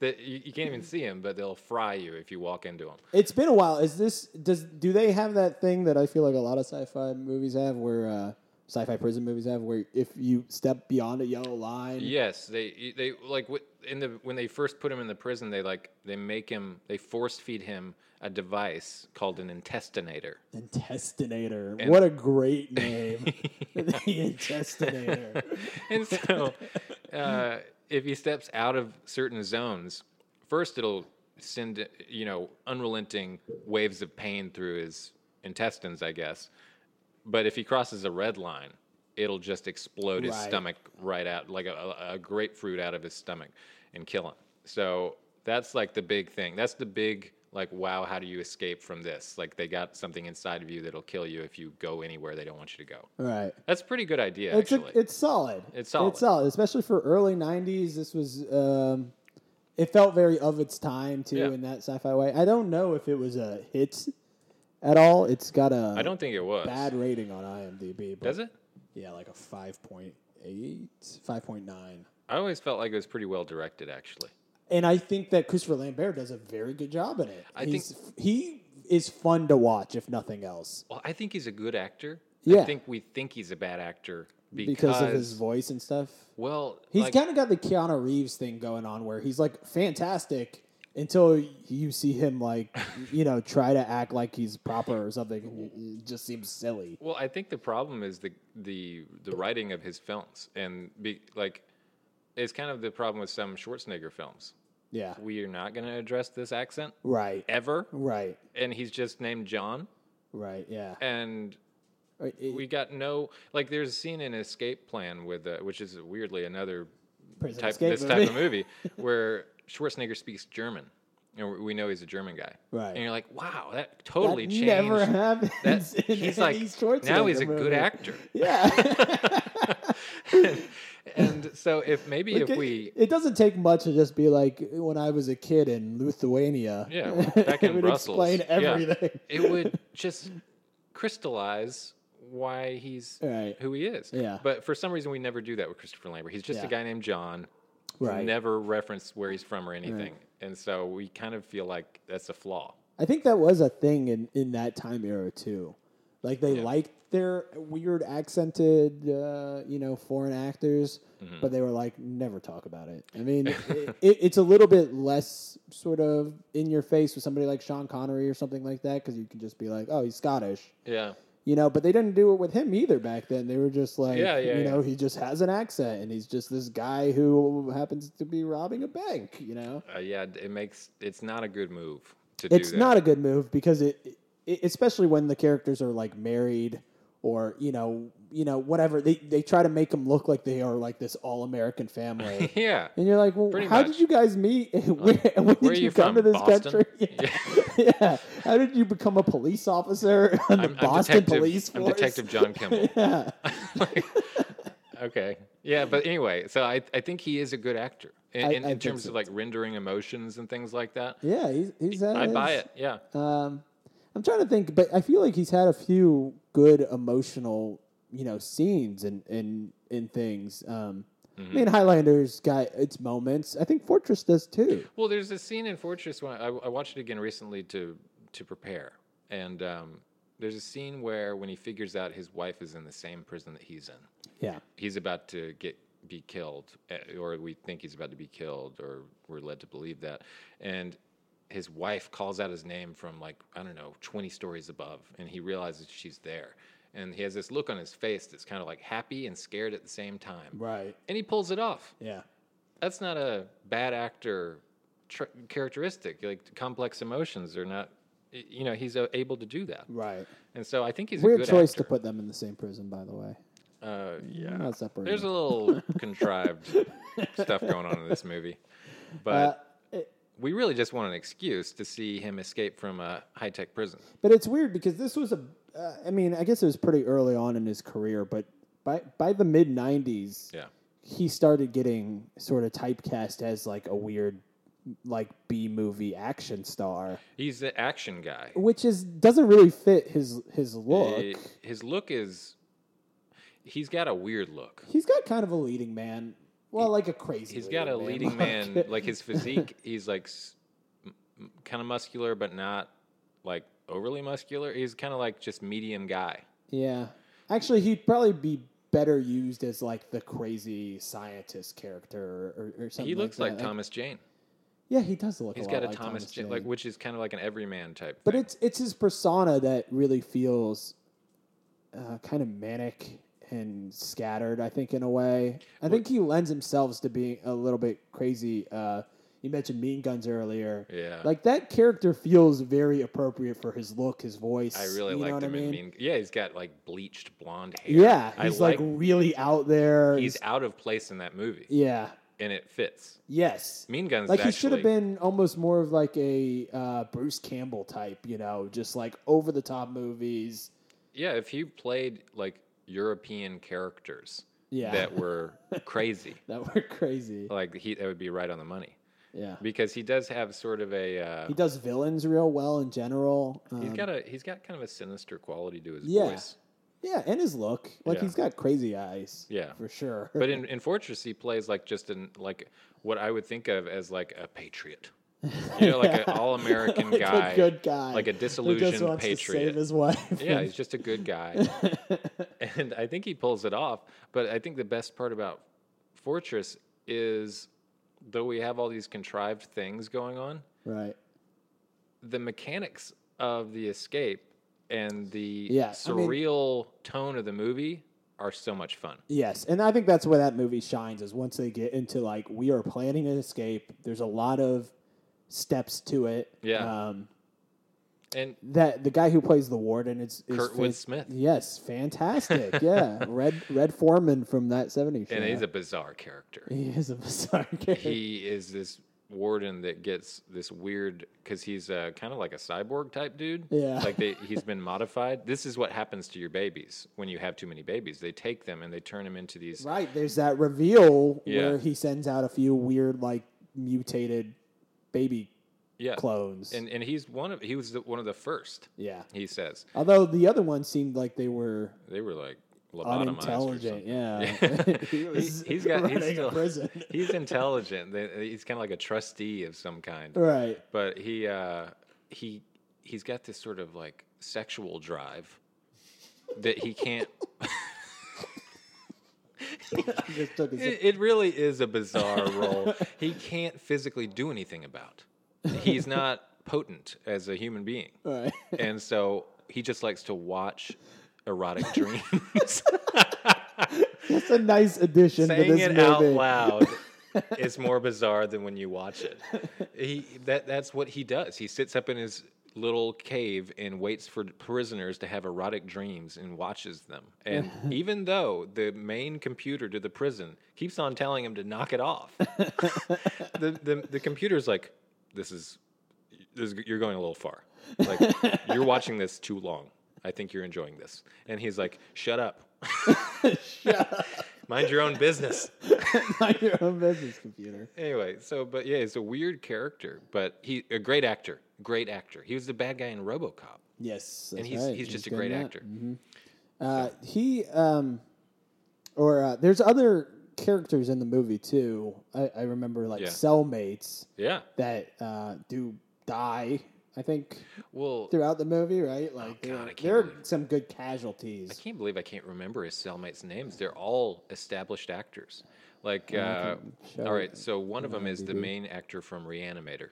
[SPEAKER 2] That you, you can't even see them, but they'll fry you if you walk into them.
[SPEAKER 1] It's been a while. Is this does do they have that thing that I feel like a lot of sci-fi movies have, where uh, sci-fi prison movies have, where if you step beyond a yellow line,
[SPEAKER 2] Yes, they they like wi- in the when they first put him in the prison, they like they make him they force feed him a device called an intestinator.
[SPEAKER 1] Intestinator. what a great name. the Intestinator.
[SPEAKER 2] and so uh, if he steps out of certain zones first it'll send you know unrelenting waves of pain through his intestines i guess but if he crosses a red line it'll just explode his
[SPEAKER 1] Right.
[SPEAKER 2] stomach right out like a, a grapefruit out of his stomach and kill him so that's like the big thing that's the big like wow how do you escape from this like they got something inside of you that'll kill you if you go anywhere they don't want you to go
[SPEAKER 1] Right.
[SPEAKER 2] that's a pretty good idea
[SPEAKER 1] It's
[SPEAKER 2] actually
[SPEAKER 1] a, it's solid.
[SPEAKER 2] It's solid.
[SPEAKER 1] It's solid, especially for early 90s. This was um it felt very of its time too
[SPEAKER 2] Yeah.
[SPEAKER 1] in that sci-fi way. I don't know if it was a hit at all. It's got a
[SPEAKER 2] I don't think it was.
[SPEAKER 1] bad rating on IMDb. But
[SPEAKER 2] Does it?
[SPEAKER 1] Yeah, like a 5.8, 5.9.
[SPEAKER 2] I always felt like it was pretty well directed, actually.
[SPEAKER 1] And I think that Christopher Lambert does a very good job in it.
[SPEAKER 2] I
[SPEAKER 1] He's, he is fun to watch if nothing else.
[SPEAKER 2] Well, I think he's a good actor. I
[SPEAKER 1] Yeah.
[SPEAKER 2] think we think he's a bad actor because,
[SPEAKER 1] because of his voice and stuff.
[SPEAKER 2] well,
[SPEAKER 1] He's
[SPEAKER 2] like,
[SPEAKER 1] kind of got the Keanu Reeves thing going on where he's like fantastic until you see him like you know try to act like he's proper or something and it just seems silly.
[SPEAKER 2] well, I think the problem is the the the writing of his films and be, like it's kind of the problem with some Schwarzenegger films.
[SPEAKER 1] Yeah.
[SPEAKER 2] We are not going to address this accent
[SPEAKER 1] Right.
[SPEAKER 2] ever,
[SPEAKER 1] Right.
[SPEAKER 2] and he's just named John,
[SPEAKER 1] Right. Yeah.
[SPEAKER 2] and
[SPEAKER 1] Right, it-
[SPEAKER 2] we got no like. There's a scene in Escape Plan with uh, which is weirdly another
[SPEAKER 1] prison
[SPEAKER 2] type
[SPEAKER 1] escape
[SPEAKER 2] this
[SPEAKER 1] movie.
[SPEAKER 2] type of movie where Schwarzenegger speaks German, and we- we know he's a German guy.
[SPEAKER 1] Right.
[SPEAKER 2] And you're like, wow, that
[SPEAKER 1] That
[SPEAKER 2] totally changed.
[SPEAKER 1] never happens.
[SPEAKER 2] That-
[SPEAKER 1] in
[SPEAKER 2] he's
[SPEAKER 1] any
[SPEAKER 2] like now
[SPEAKER 1] Schwarzenegger
[SPEAKER 2] he's a good
[SPEAKER 1] movie.
[SPEAKER 2] actor.
[SPEAKER 1] Yeah.
[SPEAKER 2] and so if maybe
[SPEAKER 1] Like,
[SPEAKER 2] if
[SPEAKER 1] it,
[SPEAKER 2] we
[SPEAKER 1] it doesn't take much to just be like when I was a kid in Lithuania.
[SPEAKER 2] Yeah, back in
[SPEAKER 1] it would
[SPEAKER 2] Brussels.
[SPEAKER 1] explain
[SPEAKER 2] Yeah.
[SPEAKER 1] everything.
[SPEAKER 2] it would just crystallize why he's
[SPEAKER 1] Right.
[SPEAKER 2] who he is.
[SPEAKER 1] Yeah.
[SPEAKER 2] But for some reason, we never do that with Christopher Lambert. He's just
[SPEAKER 1] Yeah.
[SPEAKER 2] a guy named John.
[SPEAKER 1] Right.
[SPEAKER 2] Never referenced where he's from or anything, and so we kind of feel like that's a flaw.
[SPEAKER 1] I think that was a thing in, in that time era too. Like they liked their weird accented, uh, you know, foreign actors,
[SPEAKER 2] Mm-hmm.
[SPEAKER 1] but they were like, never talk about it. I mean, it, it, it's a little bit less sort of in your face with somebody like Sean Connery or something like that because you can just be like, oh, he's Scottish,
[SPEAKER 2] Yeah.
[SPEAKER 1] you know. But they didn't do it with him either back then. They were just like,
[SPEAKER 2] Yeah, yeah,
[SPEAKER 1] you
[SPEAKER 2] yeah.
[SPEAKER 1] know, he just has an accent and he's just this guy who happens to be robbing a bank, you know.
[SPEAKER 2] Uh, yeah. It makes it's not a good move to do.
[SPEAKER 1] it's
[SPEAKER 2] that.
[SPEAKER 1] not a good move because it, it especially when the characters are like married or you know you know whatever they they try to make them look like they are like this all American family.
[SPEAKER 2] yeah.
[SPEAKER 1] And you're like, well,
[SPEAKER 2] Pretty
[SPEAKER 1] how
[SPEAKER 2] much.
[SPEAKER 1] did you guys meet? Where, when did
[SPEAKER 2] where are
[SPEAKER 1] you,
[SPEAKER 2] you
[SPEAKER 1] come
[SPEAKER 2] from,
[SPEAKER 1] to this
[SPEAKER 2] Boston?
[SPEAKER 1] country? Yeah. Yeah. How did you become a police officer on the
[SPEAKER 2] I'm, I'm
[SPEAKER 1] Boston
[SPEAKER 2] Detective-
[SPEAKER 1] Police Force?
[SPEAKER 2] I'm Detective John Kimball.
[SPEAKER 1] Yeah.
[SPEAKER 2] Like, okay. Yeah, but anyway, so I, I think he is a good actor in,
[SPEAKER 1] I-
[SPEAKER 2] in,
[SPEAKER 1] I
[SPEAKER 2] in
[SPEAKER 1] think
[SPEAKER 2] terms
[SPEAKER 1] so,
[SPEAKER 2] of like rendering emotions and things like that.
[SPEAKER 1] Yeah, he's, he's had
[SPEAKER 2] I buy
[SPEAKER 1] his-
[SPEAKER 2] it. Yeah.
[SPEAKER 1] Um, I'm trying to think, but I feel like he's had a few good emotional, you know, scenes and and and things. Um, I mean, Highlander's got its moments. I think Fortress does too.
[SPEAKER 2] Well, there's a scene in Fortress when I, I watched it again recently to to prepare, and um, there's a scene where when he figures out his wife is in the same prison that he's in.
[SPEAKER 1] Yeah,
[SPEAKER 2] he's about to get be killed eh, or we think he's about to be killed or we're led to believe that and his wife calls out his name from like i don't know 20 stories above and he realizes she's there and he has this look on his face that's kind of like happy and scared at the same time
[SPEAKER 1] right.
[SPEAKER 2] and he pulls it off
[SPEAKER 1] Yeah,
[SPEAKER 2] that's not a bad actor tr- characteristic like complex emotions are not y- you know he's uh, able to do that
[SPEAKER 1] right.
[SPEAKER 2] and so i think he's a
[SPEAKER 1] Weird
[SPEAKER 2] good
[SPEAKER 1] choice
[SPEAKER 2] actor.
[SPEAKER 1] to put them in the same prison, by the way.
[SPEAKER 2] uh, yeah
[SPEAKER 1] I'm not separating.
[SPEAKER 2] there's a little contrived stuff going on in this movie, but
[SPEAKER 1] Uh,
[SPEAKER 2] we really just want an excuse to see him escape from a high tech prison.
[SPEAKER 1] But it's weird because this was a. Uh, I mean, I guess it was pretty early on in his career, but by by the mid '90s,
[SPEAKER 2] Yeah,
[SPEAKER 1] he started getting sort of typecast as like a weird, like B movie action star,
[SPEAKER 2] he's the action guy.
[SPEAKER 1] which is doesn't really fit his his look.
[SPEAKER 2] Eh, His look is he's got a weird look.
[SPEAKER 1] He's got kind of a leading man, well, like a crazy.
[SPEAKER 2] He's got a leading
[SPEAKER 1] look.
[SPEAKER 2] man like his physique. He's like s- m- m- kind of muscular, but not like overly muscular. He's kind of like just medium guy.
[SPEAKER 1] Yeah, actually, he'd probably be better used as like the crazy scientist character or, or something.
[SPEAKER 2] He looks like,
[SPEAKER 1] that.
[SPEAKER 2] Thomas Jane.
[SPEAKER 1] Yeah, he does look.
[SPEAKER 2] He's
[SPEAKER 1] a lot
[SPEAKER 2] got a
[SPEAKER 1] like
[SPEAKER 2] Thomas, Jane, like which is kind of like an everyman type.
[SPEAKER 1] But
[SPEAKER 2] thing.
[SPEAKER 1] it's it's his persona that really feels uh, kind of manic and scattered. I think in a way, I think he lends himself to being a little bit crazy. Uh, you mentioned Mean Guns earlier.
[SPEAKER 2] Yeah.
[SPEAKER 1] like that character feels very appropriate for his look, his voice.
[SPEAKER 2] I really
[SPEAKER 1] you know
[SPEAKER 2] liked
[SPEAKER 1] what
[SPEAKER 2] him
[SPEAKER 1] I mean?
[SPEAKER 2] in Mean. Yeah, he's got like bleached blonde hair.
[SPEAKER 1] Yeah,
[SPEAKER 2] I
[SPEAKER 1] he's like, really out there.
[SPEAKER 2] he's out of place in that movie,
[SPEAKER 1] yeah,
[SPEAKER 2] and it fits.
[SPEAKER 1] yes.
[SPEAKER 2] Mean Guns
[SPEAKER 1] Like
[SPEAKER 2] is
[SPEAKER 1] he should have
[SPEAKER 2] actually-
[SPEAKER 1] been almost more of like a uh, Bruce Campbell type, you know, just like over the top movies.
[SPEAKER 2] Yeah, if he played like European characters
[SPEAKER 1] Yeah.
[SPEAKER 2] that were crazy,
[SPEAKER 1] that were crazy.
[SPEAKER 2] like he that would be right on the money
[SPEAKER 1] Yeah.
[SPEAKER 2] because he does have sort of a uh,
[SPEAKER 1] He does villains real well in general. Um,
[SPEAKER 2] he's got a he's got kind of a sinister quality to his
[SPEAKER 1] Yeah.
[SPEAKER 2] voice.
[SPEAKER 1] yeah, and his look. Like
[SPEAKER 2] Yeah.
[SPEAKER 1] he's got crazy eyes.
[SPEAKER 2] Yeah.
[SPEAKER 1] For sure.
[SPEAKER 2] But in, in Fortress, he plays like just an like what I would think of as like a patriot, you know, like an all American
[SPEAKER 1] like
[SPEAKER 2] guy,
[SPEAKER 1] a good guy.
[SPEAKER 2] like a
[SPEAKER 1] who
[SPEAKER 2] disillusioned
[SPEAKER 1] just wants
[SPEAKER 2] patriot.
[SPEAKER 1] to save his wife.
[SPEAKER 2] Yeah, he's just a good guy. and I think he pulls it off. But I think the best part about Fortress is though we have all these contrived things going on,
[SPEAKER 1] right.
[SPEAKER 2] the mechanics of the escape and the
[SPEAKER 1] Yeah, I mean-
[SPEAKER 2] surreal tone of the movie are so much fun.
[SPEAKER 1] Yes, and I think that's where that movie shines is once they get into like we are planning an escape. There's a lot of steps to it.
[SPEAKER 2] Yeah.
[SPEAKER 1] Um,
[SPEAKER 2] And
[SPEAKER 1] that the guy who plays the warden is, is
[SPEAKER 2] Kurtwood Smith.
[SPEAKER 1] Yes, fantastic. yeah, Red Red Foreman from that '70s.
[SPEAKER 2] and
[SPEAKER 1] show.
[SPEAKER 2] he's a bizarre character.
[SPEAKER 1] he is a bizarre character.
[SPEAKER 2] He is this warden that gets this weird because he's uh, kind of like a cyborg type dude.
[SPEAKER 1] Yeah.
[SPEAKER 2] like they, he's been modified. This is what happens to your babies when you have too many babies. They take them and they turn them into these.
[SPEAKER 1] Right. There's that reveal
[SPEAKER 2] Yeah.
[SPEAKER 1] where he sends out a few weird, like mutated baby
[SPEAKER 2] Yeah,
[SPEAKER 1] clones.
[SPEAKER 2] and and he's one of he was the, one of the first.
[SPEAKER 1] yeah.
[SPEAKER 2] He says
[SPEAKER 1] Although the other ones seemed like they were
[SPEAKER 2] they were like lobotomized. Or
[SPEAKER 1] unintelligent.
[SPEAKER 2] something.
[SPEAKER 1] Yeah. he was
[SPEAKER 2] he's got- he's
[SPEAKER 1] running a
[SPEAKER 2] still-
[SPEAKER 1] prison.
[SPEAKER 2] He's intelligent. They- He's kind of like a trustee of some kind.
[SPEAKER 1] right.
[SPEAKER 2] but he uh, he he's got this sort of like sexual drive that he can't.
[SPEAKER 1] He just took his.
[SPEAKER 2] it, it really is a bizarre role. He can't physically do anything about. He's not potent as a human being,
[SPEAKER 1] Right.
[SPEAKER 2] and so he just likes to watch erotic dreams.
[SPEAKER 1] That's a nice addition to
[SPEAKER 2] Saying
[SPEAKER 1] this
[SPEAKER 2] it
[SPEAKER 1] movie.
[SPEAKER 2] out loud is more bizarre than when you watch it. He that that's what he does. He sits up in his little cave and waits for prisoners to have erotic dreams and watches them. And even though the main computer to the prison keeps on telling him to knock it off, the, the the computer's like, this is, this is you're going a little far. Like you're watching this too long. I think you're enjoying this. And he's like, shut up. Mind your own business.
[SPEAKER 1] Mind your own business, computer.
[SPEAKER 2] Anyway, so but yeah, it's a weird character, but he a great actor, great actor. He was the bad guy in RoboCop,
[SPEAKER 1] Yes, that's
[SPEAKER 2] and he's
[SPEAKER 1] right.
[SPEAKER 2] he's just a
[SPEAKER 1] good
[SPEAKER 2] great
[SPEAKER 1] in that. Mm-hmm.
[SPEAKER 2] actor.
[SPEAKER 1] Uh, he um, or uh, there's other characters in the movie too. I, I remember like
[SPEAKER 2] Yeah.
[SPEAKER 1] cellmates
[SPEAKER 2] Yeah.
[SPEAKER 1] that uh, do die. I think
[SPEAKER 2] Well,
[SPEAKER 1] throughout the movie, right? Like there-
[SPEAKER 2] Oh, God, I can't
[SPEAKER 1] there are
[SPEAKER 2] believe-
[SPEAKER 1] some good
[SPEAKER 2] I
[SPEAKER 1] casualties.
[SPEAKER 2] can't believe I can't remember his cellmates' names. They're all established actors. Like, uh,
[SPEAKER 1] show
[SPEAKER 2] all
[SPEAKER 1] it
[SPEAKER 2] right, so one of them is the main actor from Reanimator.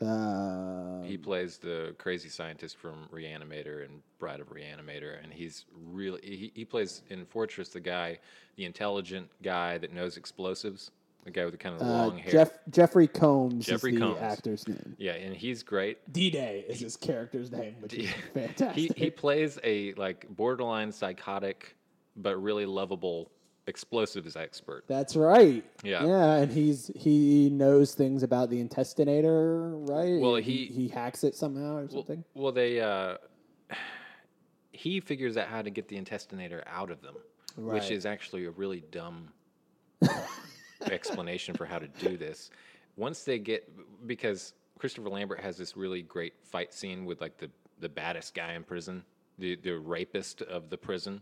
[SPEAKER 1] Uh,
[SPEAKER 2] He plays the crazy scientist from Reanimator and Bride of Reanimator, and he's really he, he plays in Fortress the guy, the intelligent guy that knows explosives, the guy with the kind of
[SPEAKER 1] uh,
[SPEAKER 2] long hair.
[SPEAKER 1] Jeff Jeffrey Combs
[SPEAKER 2] Jeffrey
[SPEAKER 1] is the
[SPEAKER 2] Combs.
[SPEAKER 1] actor's name.
[SPEAKER 2] Yeah, and he's great.
[SPEAKER 1] D Day is his character's name, which is fantastic.
[SPEAKER 2] He he plays a like borderline psychotic but really lovable explosives expert.
[SPEAKER 1] That's right.
[SPEAKER 2] Yeah.
[SPEAKER 1] Yeah, and he's he knows things about the intestinator, right?
[SPEAKER 2] Well,
[SPEAKER 1] he
[SPEAKER 2] he-
[SPEAKER 1] he hacks it somehow or
[SPEAKER 2] Well,
[SPEAKER 1] something.
[SPEAKER 2] well, they uh he figures out how to get the intestinator out of them,
[SPEAKER 1] Right.
[SPEAKER 2] which is actually a really dumb explanation for how to do this. Once they get because Christopher Lambert has this really great fight scene with like the the baddest guy in prison, the the rapist of the prison.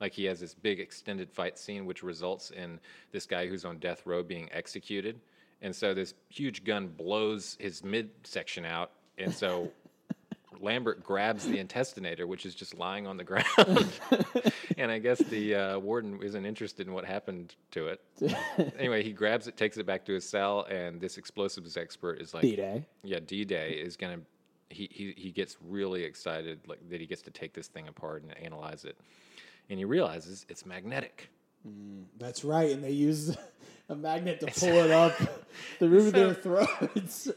[SPEAKER 2] Like he has this big extended fight scene, which results in this guy who's on death row being executed. And so this huge gun blows his midsection out, and so Lambert grabs the intestinator, which is just lying on the ground. and I guess the uh, warden isn't interested in what happened to it. anyway, he grabs it, takes it back to his cell, and this explosives expert is like,
[SPEAKER 1] D Day.
[SPEAKER 2] yeah, D Day is gonna. He, he he gets really excited like that he gets to take this thing apart and analyze it, and he realizes it's magnetic.
[SPEAKER 1] That's right, and they use a magnet to pull it up through their throats.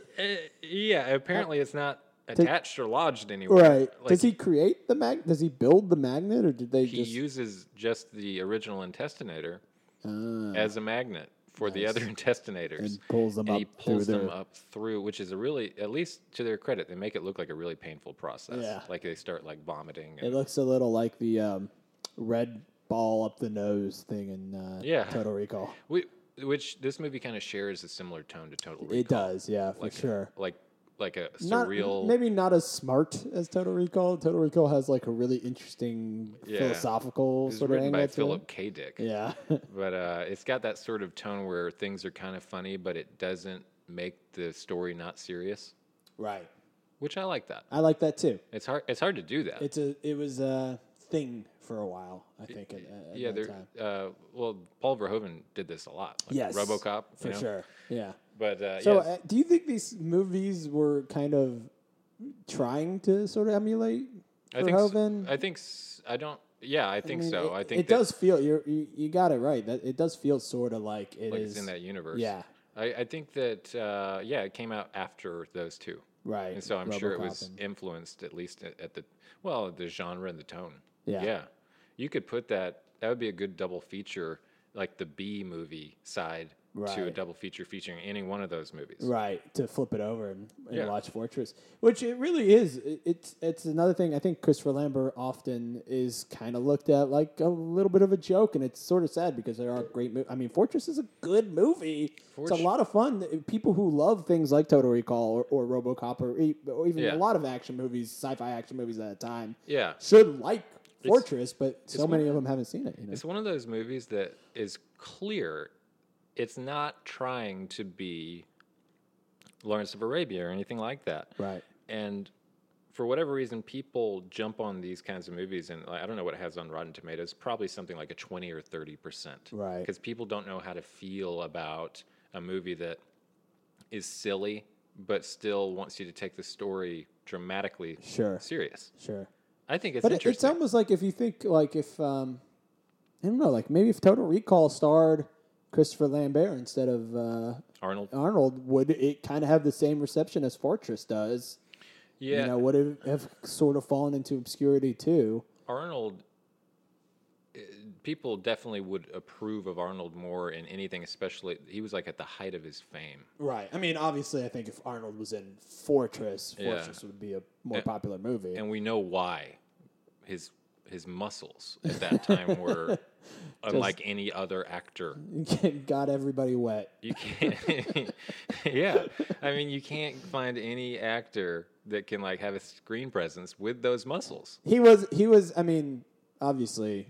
[SPEAKER 2] yeah, apparently it's not attached or lodged anywhere.
[SPEAKER 1] Right. does he create the mag? Does he build the magnet, or did they
[SPEAKER 2] He
[SPEAKER 1] just?
[SPEAKER 2] uses just the original intestinator
[SPEAKER 1] Ah,
[SPEAKER 2] as a magnet for the other intestinators
[SPEAKER 1] And pulls them
[SPEAKER 2] and
[SPEAKER 1] up
[SPEAKER 2] he
[SPEAKER 1] through
[SPEAKER 2] pulls them
[SPEAKER 1] their-
[SPEAKER 2] up through which is a really at least to their credit they make it look like a really painful process
[SPEAKER 1] Yeah.
[SPEAKER 2] like they start like vomiting
[SPEAKER 1] it
[SPEAKER 2] and,
[SPEAKER 1] looks a little like the um, red ball up the nose thing in uh,
[SPEAKER 2] Yeah.
[SPEAKER 1] Total Recall.
[SPEAKER 2] Whi- which this movie kind of shares a similar tone to total recall
[SPEAKER 1] It does, yeah, for sure.
[SPEAKER 2] like like a
[SPEAKER 1] not,
[SPEAKER 2] surreal
[SPEAKER 1] Maybe not as smart as Total Recall. Total Recall has like a really interesting
[SPEAKER 2] Yeah.
[SPEAKER 1] philosophical
[SPEAKER 2] it's
[SPEAKER 1] sort of
[SPEAKER 2] written
[SPEAKER 1] angle
[SPEAKER 2] by
[SPEAKER 1] to
[SPEAKER 2] Philip
[SPEAKER 1] it.
[SPEAKER 2] K. Dick.
[SPEAKER 1] Yeah,
[SPEAKER 2] But uh, it's got that sort of tone where things are kind of funny, but it doesn't make the story not serious,
[SPEAKER 1] right.
[SPEAKER 2] which I like that.
[SPEAKER 1] I like that too.
[SPEAKER 2] It's hard. It's hard to do that.
[SPEAKER 1] It's a it was a thing for a while. I think at, at
[SPEAKER 2] yeah.
[SPEAKER 1] that
[SPEAKER 2] There.
[SPEAKER 1] time.
[SPEAKER 2] Uh, well, Paul Verhoeven did this a lot. Like
[SPEAKER 1] Yes,
[SPEAKER 2] RoboCop
[SPEAKER 1] for
[SPEAKER 2] you know?
[SPEAKER 1] sure. Yeah.
[SPEAKER 2] But uh,
[SPEAKER 1] So,
[SPEAKER 2] yes.
[SPEAKER 1] uh, do you think these movies were kind of trying to sort of emulate
[SPEAKER 2] I think. s-
[SPEAKER 1] Verhoeven?
[SPEAKER 2] I think. s- I don't. Yeah, I think
[SPEAKER 1] mean,
[SPEAKER 2] so.
[SPEAKER 1] It,
[SPEAKER 2] I think
[SPEAKER 1] it
[SPEAKER 2] that-
[SPEAKER 1] does feel you're, you you got it right. That it does feel sort of like it is
[SPEAKER 2] like it's in that universe.
[SPEAKER 1] Yeah.
[SPEAKER 2] I, I think that uh, yeah, it came out after those two.
[SPEAKER 1] right.
[SPEAKER 2] And so I'm sure it
[SPEAKER 1] RoboCop
[SPEAKER 2] was
[SPEAKER 1] and-
[SPEAKER 2] influenced at least at, at the well the genre and the tone.
[SPEAKER 1] Yeah.
[SPEAKER 2] you could put that. That would be a good double feature, like the B movie side to a
[SPEAKER 1] Right.
[SPEAKER 2] double feature featuring any one of those movies.
[SPEAKER 1] Right to flip it over and, and
[SPEAKER 2] Yeah.
[SPEAKER 1] watch Fortress, which it really is. It- It's it's another thing. I think Christopher Lambert often is kind of looked at like a little bit of a joke, and it's sort of sad because there are great. Mo- I mean, Fortress is a good movie. it's
[SPEAKER 2] Fortr-
[SPEAKER 1] a lot of fun. People who love things like Total Recall or, or RoboCop or, e- or even
[SPEAKER 2] Yeah.
[SPEAKER 1] a lot of action movies, sci-fi action movies at a time,
[SPEAKER 2] Yeah.
[SPEAKER 1] should like Fortress, but so
[SPEAKER 2] it's
[SPEAKER 1] many of them haven't seen it. You know?
[SPEAKER 2] It's one of those movies that is clear. It's not trying to be Lawrence of Arabia or anything like that.
[SPEAKER 1] Right.
[SPEAKER 2] And for whatever reason, people jump on these kinds of movies, and like, I don't know what it has on Rotten Tomatoes. Probably something like a twenty or thirty percent,
[SPEAKER 1] Right.
[SPEAKER 2] Because people don't know how to feel about a movie that is silly but still wants you to take the story dramatically
[SPEAKER 1] Sure.
[SPEAKER 2] serious.
[SPEAKER 1] Sure.
[SPEAKER 2] I think it's
[SPEAKER 1] But it- it's
[SPEAKER 2] interesting.
[SPEAKER 1] almost like if you think like if um, I don't know, like maybe if Total Recall starred Christopher Lambert instead of uh,
[SPEAKER 2] Arnold,
[SPEAKER 1] Arnold, would it kind of have the same reception as Fortress does?
[SPEAKER 2] yeah,
[SPEAKER 1] You know, would it have sort of fallen into obscurity too?
[SPEAKER 2] Arnold. uh, People definitely would approve of Arnold more in anything, especially he was like at the height of his fame.
[SPEAKER 1] Right. I mean, obviously, I think if Arnold was in Fortress,
[SPEAKER 2] Yeah. Fortress
[SPEAKER 1] would be a more
[SPEAKER 2] And-
[SPEAKER 1] popular movie.
[SPEAKER 2] and we know why his his muscles at that time were unlike any other actor
[SPEAKER 1] Got everybody wet.
[SPEAKER 2] you can't yeah i mean you can't find any actor that can like have a screen presence with those muscles
[SPEAKER 1] He was. He was. I mean, obviously,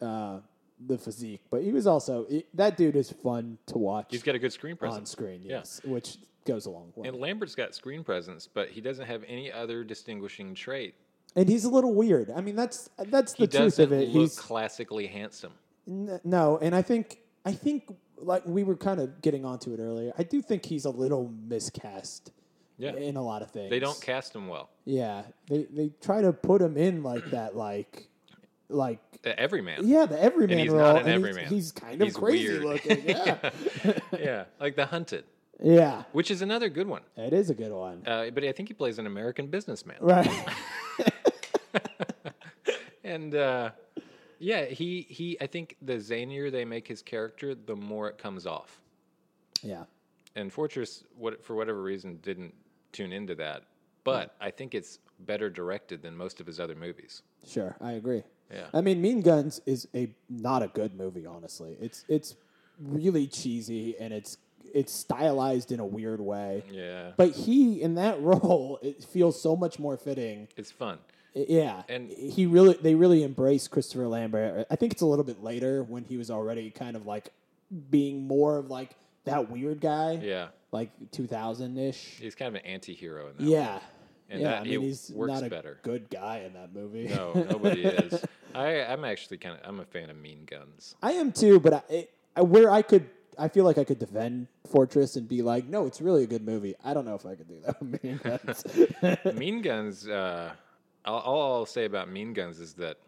[SPEAKER 1] uh, the physique, but he was also he- that dude is fun to watch.
[SPEAKER 2] he's got a good screen
[SPEAKER 1] on
[SPEAKER 2] presence
[SPEAKER 1] screen,
[SPEAKER 2] Yeah.
[SPEAKER 1] yes, which goes a long way.
[SPEAKER 2] and lambert's got screen presence but he doesn't have any other distinguishing trait
[SPEAKER 1] And he's a little weird. I mean, that's that's the
[SPEAKER 2] he
[SPEAKER 1] truth
[SPEAKER 2] doesn't
[SPEAKER 1] of it.
[SPEAKER 2] look
[SPEAKER 1] He's
[SPEAKER 2] classically handsome
[SPEAKER 1] n- no, and I think I think like we were kind of getting onto it earlier. I do think he's a little miscast.
[SPEAKER 2] Yeah.
[SPEAKER 1] in a lot of things.
[SPEAKER 2] they don't cast him well
[SPEAKER 1] Yeah, they they try to put him in like that, like like.
[SPEAKER 2] Uh, every man
[SPEAKER 1] Yeah, the everyman
[SPEAKER 2] he's
[SPEAKER 1] role.
[SPEAKER 2] not
[SPEAKER 1] and
[SPEAKER 2] an
[SPEAKER 1] he's-
[SPEAKER 2] everyman.
[SPEAKER 1] He's, kind of
[SPEAKER 2] He's
[SPEAKER 1] crazy
[SPEAKER 2] weird.
[SPEAKER 1] looking. Yeah.
[SPEAKER 2] yeah like the hunted
[SPEAKER 1] yeah,
[SPEAKER 2] which is another good one
[SPEAKER 1] it is a good one.
[SPEAKER 2] uh, but i think he plays an american businessman
[SPEAKER 1] Right.
[SPEAKER 2] and uh, yeah, he he. I think the zanier they make his character, the more it comes off.
[SPEAKER 1] yeah.
[SPEAKER 2] And Fortress, what for whatever reason, didn't tune into that. But I think it's better directed than most of his other movies.
[SPEAKER 1] Sure, I agree.
[SPEAKER 2] Yeah.
[SPEAKER 1] I mean, Mean Guns is a not a good movie. Honestly, it's it's really cheesy and it's it's stylized in a weird way.
[SPEAKER 2] Yeah,
[SPEAKER 1] But he in that role, it feels so much more fitting.
[SPEAKER 2] it's fun.
[SPEAKER 1] I- Yeah,
[SPEAKER 2] And-
[SPEAKER 1] he really they really embrace Christopher Lambert. I think it's a little bit later when he was already kind of like being more of like that weird guy,
[SPEAKER 2] Yeah,
[SPEAKER 1] like two thousand ish.
[SPEAKER 2] he's kind of an anti-hero in that. one.
[SPEAKER 1] Yeah,
[SPEAKER 2] And
[SPEAKER 1] yeah.
[SPEAKER 2] that-
[SPEAKER 1] I mean,
[SPEAKER 2] it
[SPEAKER 1] he's
[SPEAKER 2] works
[SPEAKER 1] not a
[SPEAKER 2] better.
[SPEAKER 1] good guy in that movie.
[SPEAKER 2] No, nobody is. I I'm actually kind of I'm a fan of Mean Guns.
[SPEAKER 1] I am too, but I, it, I where I could, I feel like I could defend Fortress and be like, no, it's really a good movie. I don't know if I could do that. with Mean Guns.
[SPEAKER 2] Mean Guns. Uh, all, all I'll say about Mean Guns is that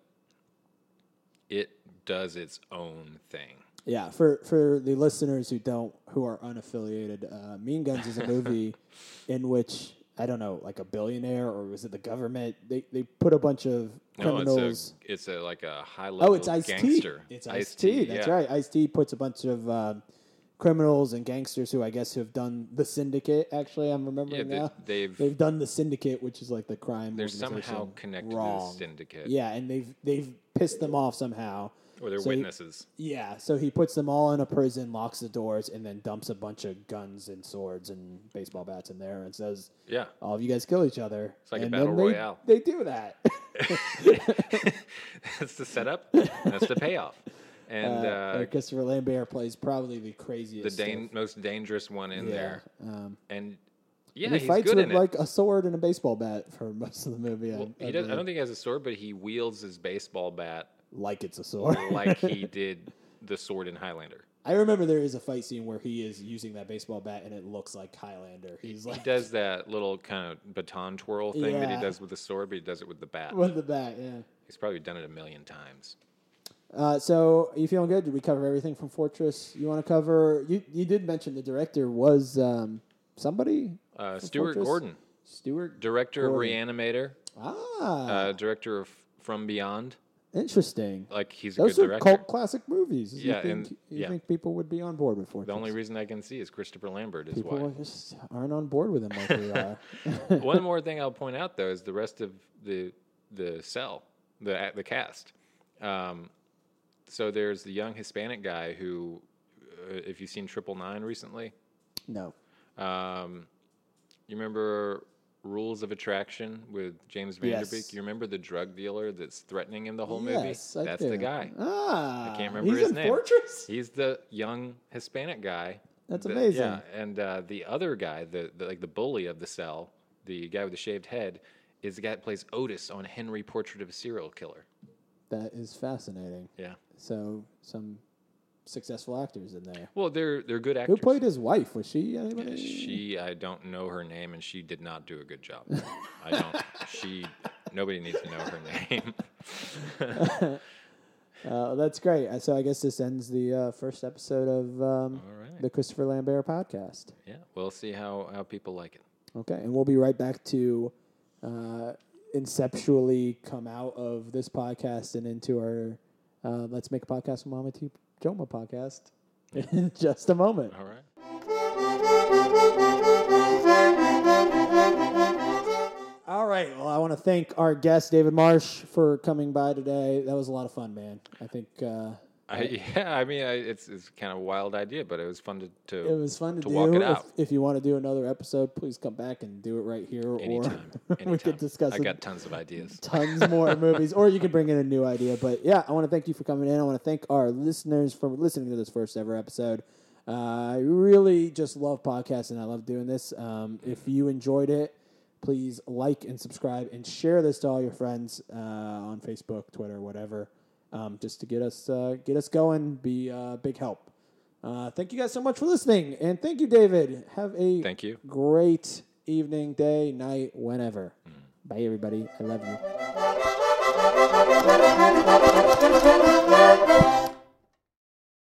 [SPEAKER 2] it does its own thing.
[SPEAKER 1] yeah, for for the listeners who don't who are unaffiliated, uh, Mean Guns is a movie in which I don't know, like a billionaire or was it the government? They they put a bunch of
[SPEAKER 2] No,
[SPEAKER 1] criminals.
[SPEAKER 2] Oh, it's a, it's a like a high level.
[SPEAKER 1] Oh, it's Ice T.
[SPEAKER 2] gangster.
[SPEAKER 1] It's Ice T. That's
[SPEAKER 2] yeah.
[SPEAKER 1] right. Ice T puts a bunch of um, criminals and gangsters who I guess have done the syndicate. Actually, I'm
[SPEAKER 2] Yeah,
[SPEAKER 1] remembering now.
[SPEAKER 2] they, have
[SPEAKER 1] They've done the syndicate, which is like the crime.
[SPEAKER 2] they're somehow
[SPEAKER 1] organization.
[SPEAKER 2] connected
[SPEAKER 1] wrong.
[SPEAKER 2] to the syndicate.
[SPEAKER 1] Yeah, and they've they've pissed them off somehow.
[SPEAKER 2] or they're
[SPEAKER 1] So he-
[SPEAKER 2] witnesses.
[SPEAKER 1] Yeah, so he puts them all in a prison, locks the doors, and then dumps a bunch of guns and swords and baseball bats in there, and says,
[SPEAKER 2] Yeah,
[SPEAKER 1] "All of you guys kill each other." It's
[SPEAKER 2] like a
[SPEAKER 1] and
[SPEAKER 2] battle
[SPEAKER 1] then they-
[SPEAKER 2] royale.
[SPEAKER 1] They, do that.
[SPEAKER 2] that's the setup. that's the payoff. And uh,
[SPEAKER 1] and Christopher Lambert plays probably the
[SPEAKER 2] the
[SPEAKER 1] craziest.
[SPEAKER 2] dan- most dangerous one in
[SPEAKER 1] stuff.
[SPEAKER 2] there.
[SPEAKER 1] Yeah, Um,
[SPEAKER 2] And yeah,
[SPEAKER 1] and he
[SPEAKER 2] he's
[SPEAKER 1] fights
[SPEAKER 2] good
[SPEAKER 1] with
[SPEAKER 2] in it.
[SPEAKER 1] like a sword and a baseball bat for most of the movie. I-
[SPEAKER 2] Well,
[SPEAKER 1] I,
[SPEAKER 2] he does, I
[SPEAKER 1] believe.
[SPEAKER 2] don't think he has a sword, but he wields his baseball bat
[SPEAKER 1] like it's a sword.
[SPEAKER 2] like he did the sword in Highlander.
[SPEAKER 1] I remember there is a fight scene where he is using that baseball bat and it looks like Highlander. He's
[SPEAKER 2] He
[SPEAKER 1] like
[SPEAKER 2] does that little kind of baton twirl thing that he
[SPEAKER 1] Yeah.
[SPEAKER 2] does with the sword, but he does it with the bat.
[SPEAKER 1] with the bat, yeah.
[SPEAKER 2] He's probably done it a million times.
[SPEAKER 1] Uh, so you feeling good? Did we cover everything from Fortress? You want to cover? You you did mention the director was um, somebody
[SPEAKER 2] Uh, Stuart
[SPEAKER 1] Fortress?
[SPEAKER 2] Gordon,
[SPEAKER 1] Stewart.
[SPEAKER 2] director
[SPEAKER 1] Gordon.
[SPEAKER 2] of Reanimator,
[SPEAKER 1] Ah,
[SPEAKER 2] uh, director of From Beyond,
[SPEAKER 1] Interesting.
[SPEAKER 2] Like Uh, he's a
[SPEAKER 1] Those
[SPEAKER 2] good
[SPEAKER 1] are
[SPEAKER 2] director.
[SPEAKER 1] cult classic movies. You
[SPEAKER 2] Yeah,
[SPEAKER 1] think,
[SPEAKER 2] and-
[SPEAKER 1] you
[SPEAKER 2] yeah.
[SPEAKER 1] think people would be on board with Fortress?
[SPEAKER 2] the only reason I can see is Christopher Lambert is
[SPEAKER 1] people
[SPEAKER 2] why.
[SPEAKER 1] are just aren't on board with them like we are.
[SPEAKER 2] One more thing I'll point out though is the rest of the the cell, the the cast. Um, so there's the young Hispanic guy who, uh, if you've seen Triple Nine recently,
[SPEAKER 1] No.
[SPEAKER 2] um, you remember Rules of Attraction with James Vanderbeek.
[SPEAKER 1] Yes.
[SPEAKER 2] You remember the drug dealer that's threatening him the whole
[SPEAKER 1] yes, I
[SPEAKER 2] movie. That's
[SPEAKER 1] do.
[SPEAKER 2] the guy.
[SPEAKER 1] Ah,
[SPEAKER 2] I can't remember
[SPEAKER 1] he's
[SPEAKER 2] his
[SPEAKER 1] in
[SPEAKER 2] name.
[SPEAKER 1] Fortress.
[SPEAKER 2] He's the young Hispanic guy.
[SPEAKER 1] That's
[SPEAKER 2] The-
[SPEAKER 1] amazing.
[SPEAKER 2] Yeah, and uh, the other guy, the, the like the bully of the cell, the guy with the shaved head, is the guy that plays Otis on Henry Portrait of a Serial Killer.
[SPEAKER 1] That is fascinating.
[SPEAKER 2] Yeah.
[SPEAKER 1] So some successful actors in there.
[SPEAKER 2] Well, they're they're good
[SPEAKER 1] Who
[SPEAKER 2] actors.
[SPEAKER 1] played his wife? Was she anybody?
[SPEAKER 2] She, I don't know her name, and she did not do a good job. I don't. She, nobody needs to know her name.
[SPEAKER 1] Uh, that's great. Uh, So I guess this ends the uh, first episode of um,
[SPEAKER 2] All right.
[SPEAKER 1] the Christopher Lambert podcast.
[SPEAKER 2] Yeah, we'll see how how people like it.
[SPEAKER 1] Okay, and we'll be right back to uh, inceptually come out of this podcast and into our uh, Let's Make a Podcast with Mama T Joma podcast in just a moment.
[SPEAKER 2] All right.
[SPEAKER 1] All right. Well, I want to thank our guest David Marsh for coming by today. That was a lot of fun, man. I think uh,
[SPEAKER 2] I, yeah, I mean, I, it's it's kind of a wild idea, but it was fun to, to
[SPEAKER 1] it was fun to,
[SPEAKER 2] to
[SPEAKER 1] do.
[SPEAKER 2] walk it
[SPEAKER 1] if,
[SPEAKER 2] out.
[SPEAKER 1] if you want to do another episode, please come back and do it right here,
[SPEAKER 2] anytime.
[SPEAKER 1] or
[SPEAKER 2] anytime.
[SPEAKER 1] we could discuss
[SPEAKER 2] I
[SPEAKER 1] it
[SPEAKER 2] got tons of ideas.
[SPEAKER 1] tons more movies, or you can bring in a new idea. But yeah, I want to thank you for coming in. I want to thank our listeners for listening to this first ever episode. Uh, I really just love podcasts and I love doing this. Um, if you enjoyed it, please like and subscribe and share this to all your friends uh, on Facebook, Twitter, whatever, um, just to get us uh, get us going. Be uh, big help. Uh, thank you guys so much for listening, and thank you, David. Have a
[SPEAKER 2] Thank you.
[SPEAKER 1] great evening, day, night, whenever. Bye, everybody. I love you.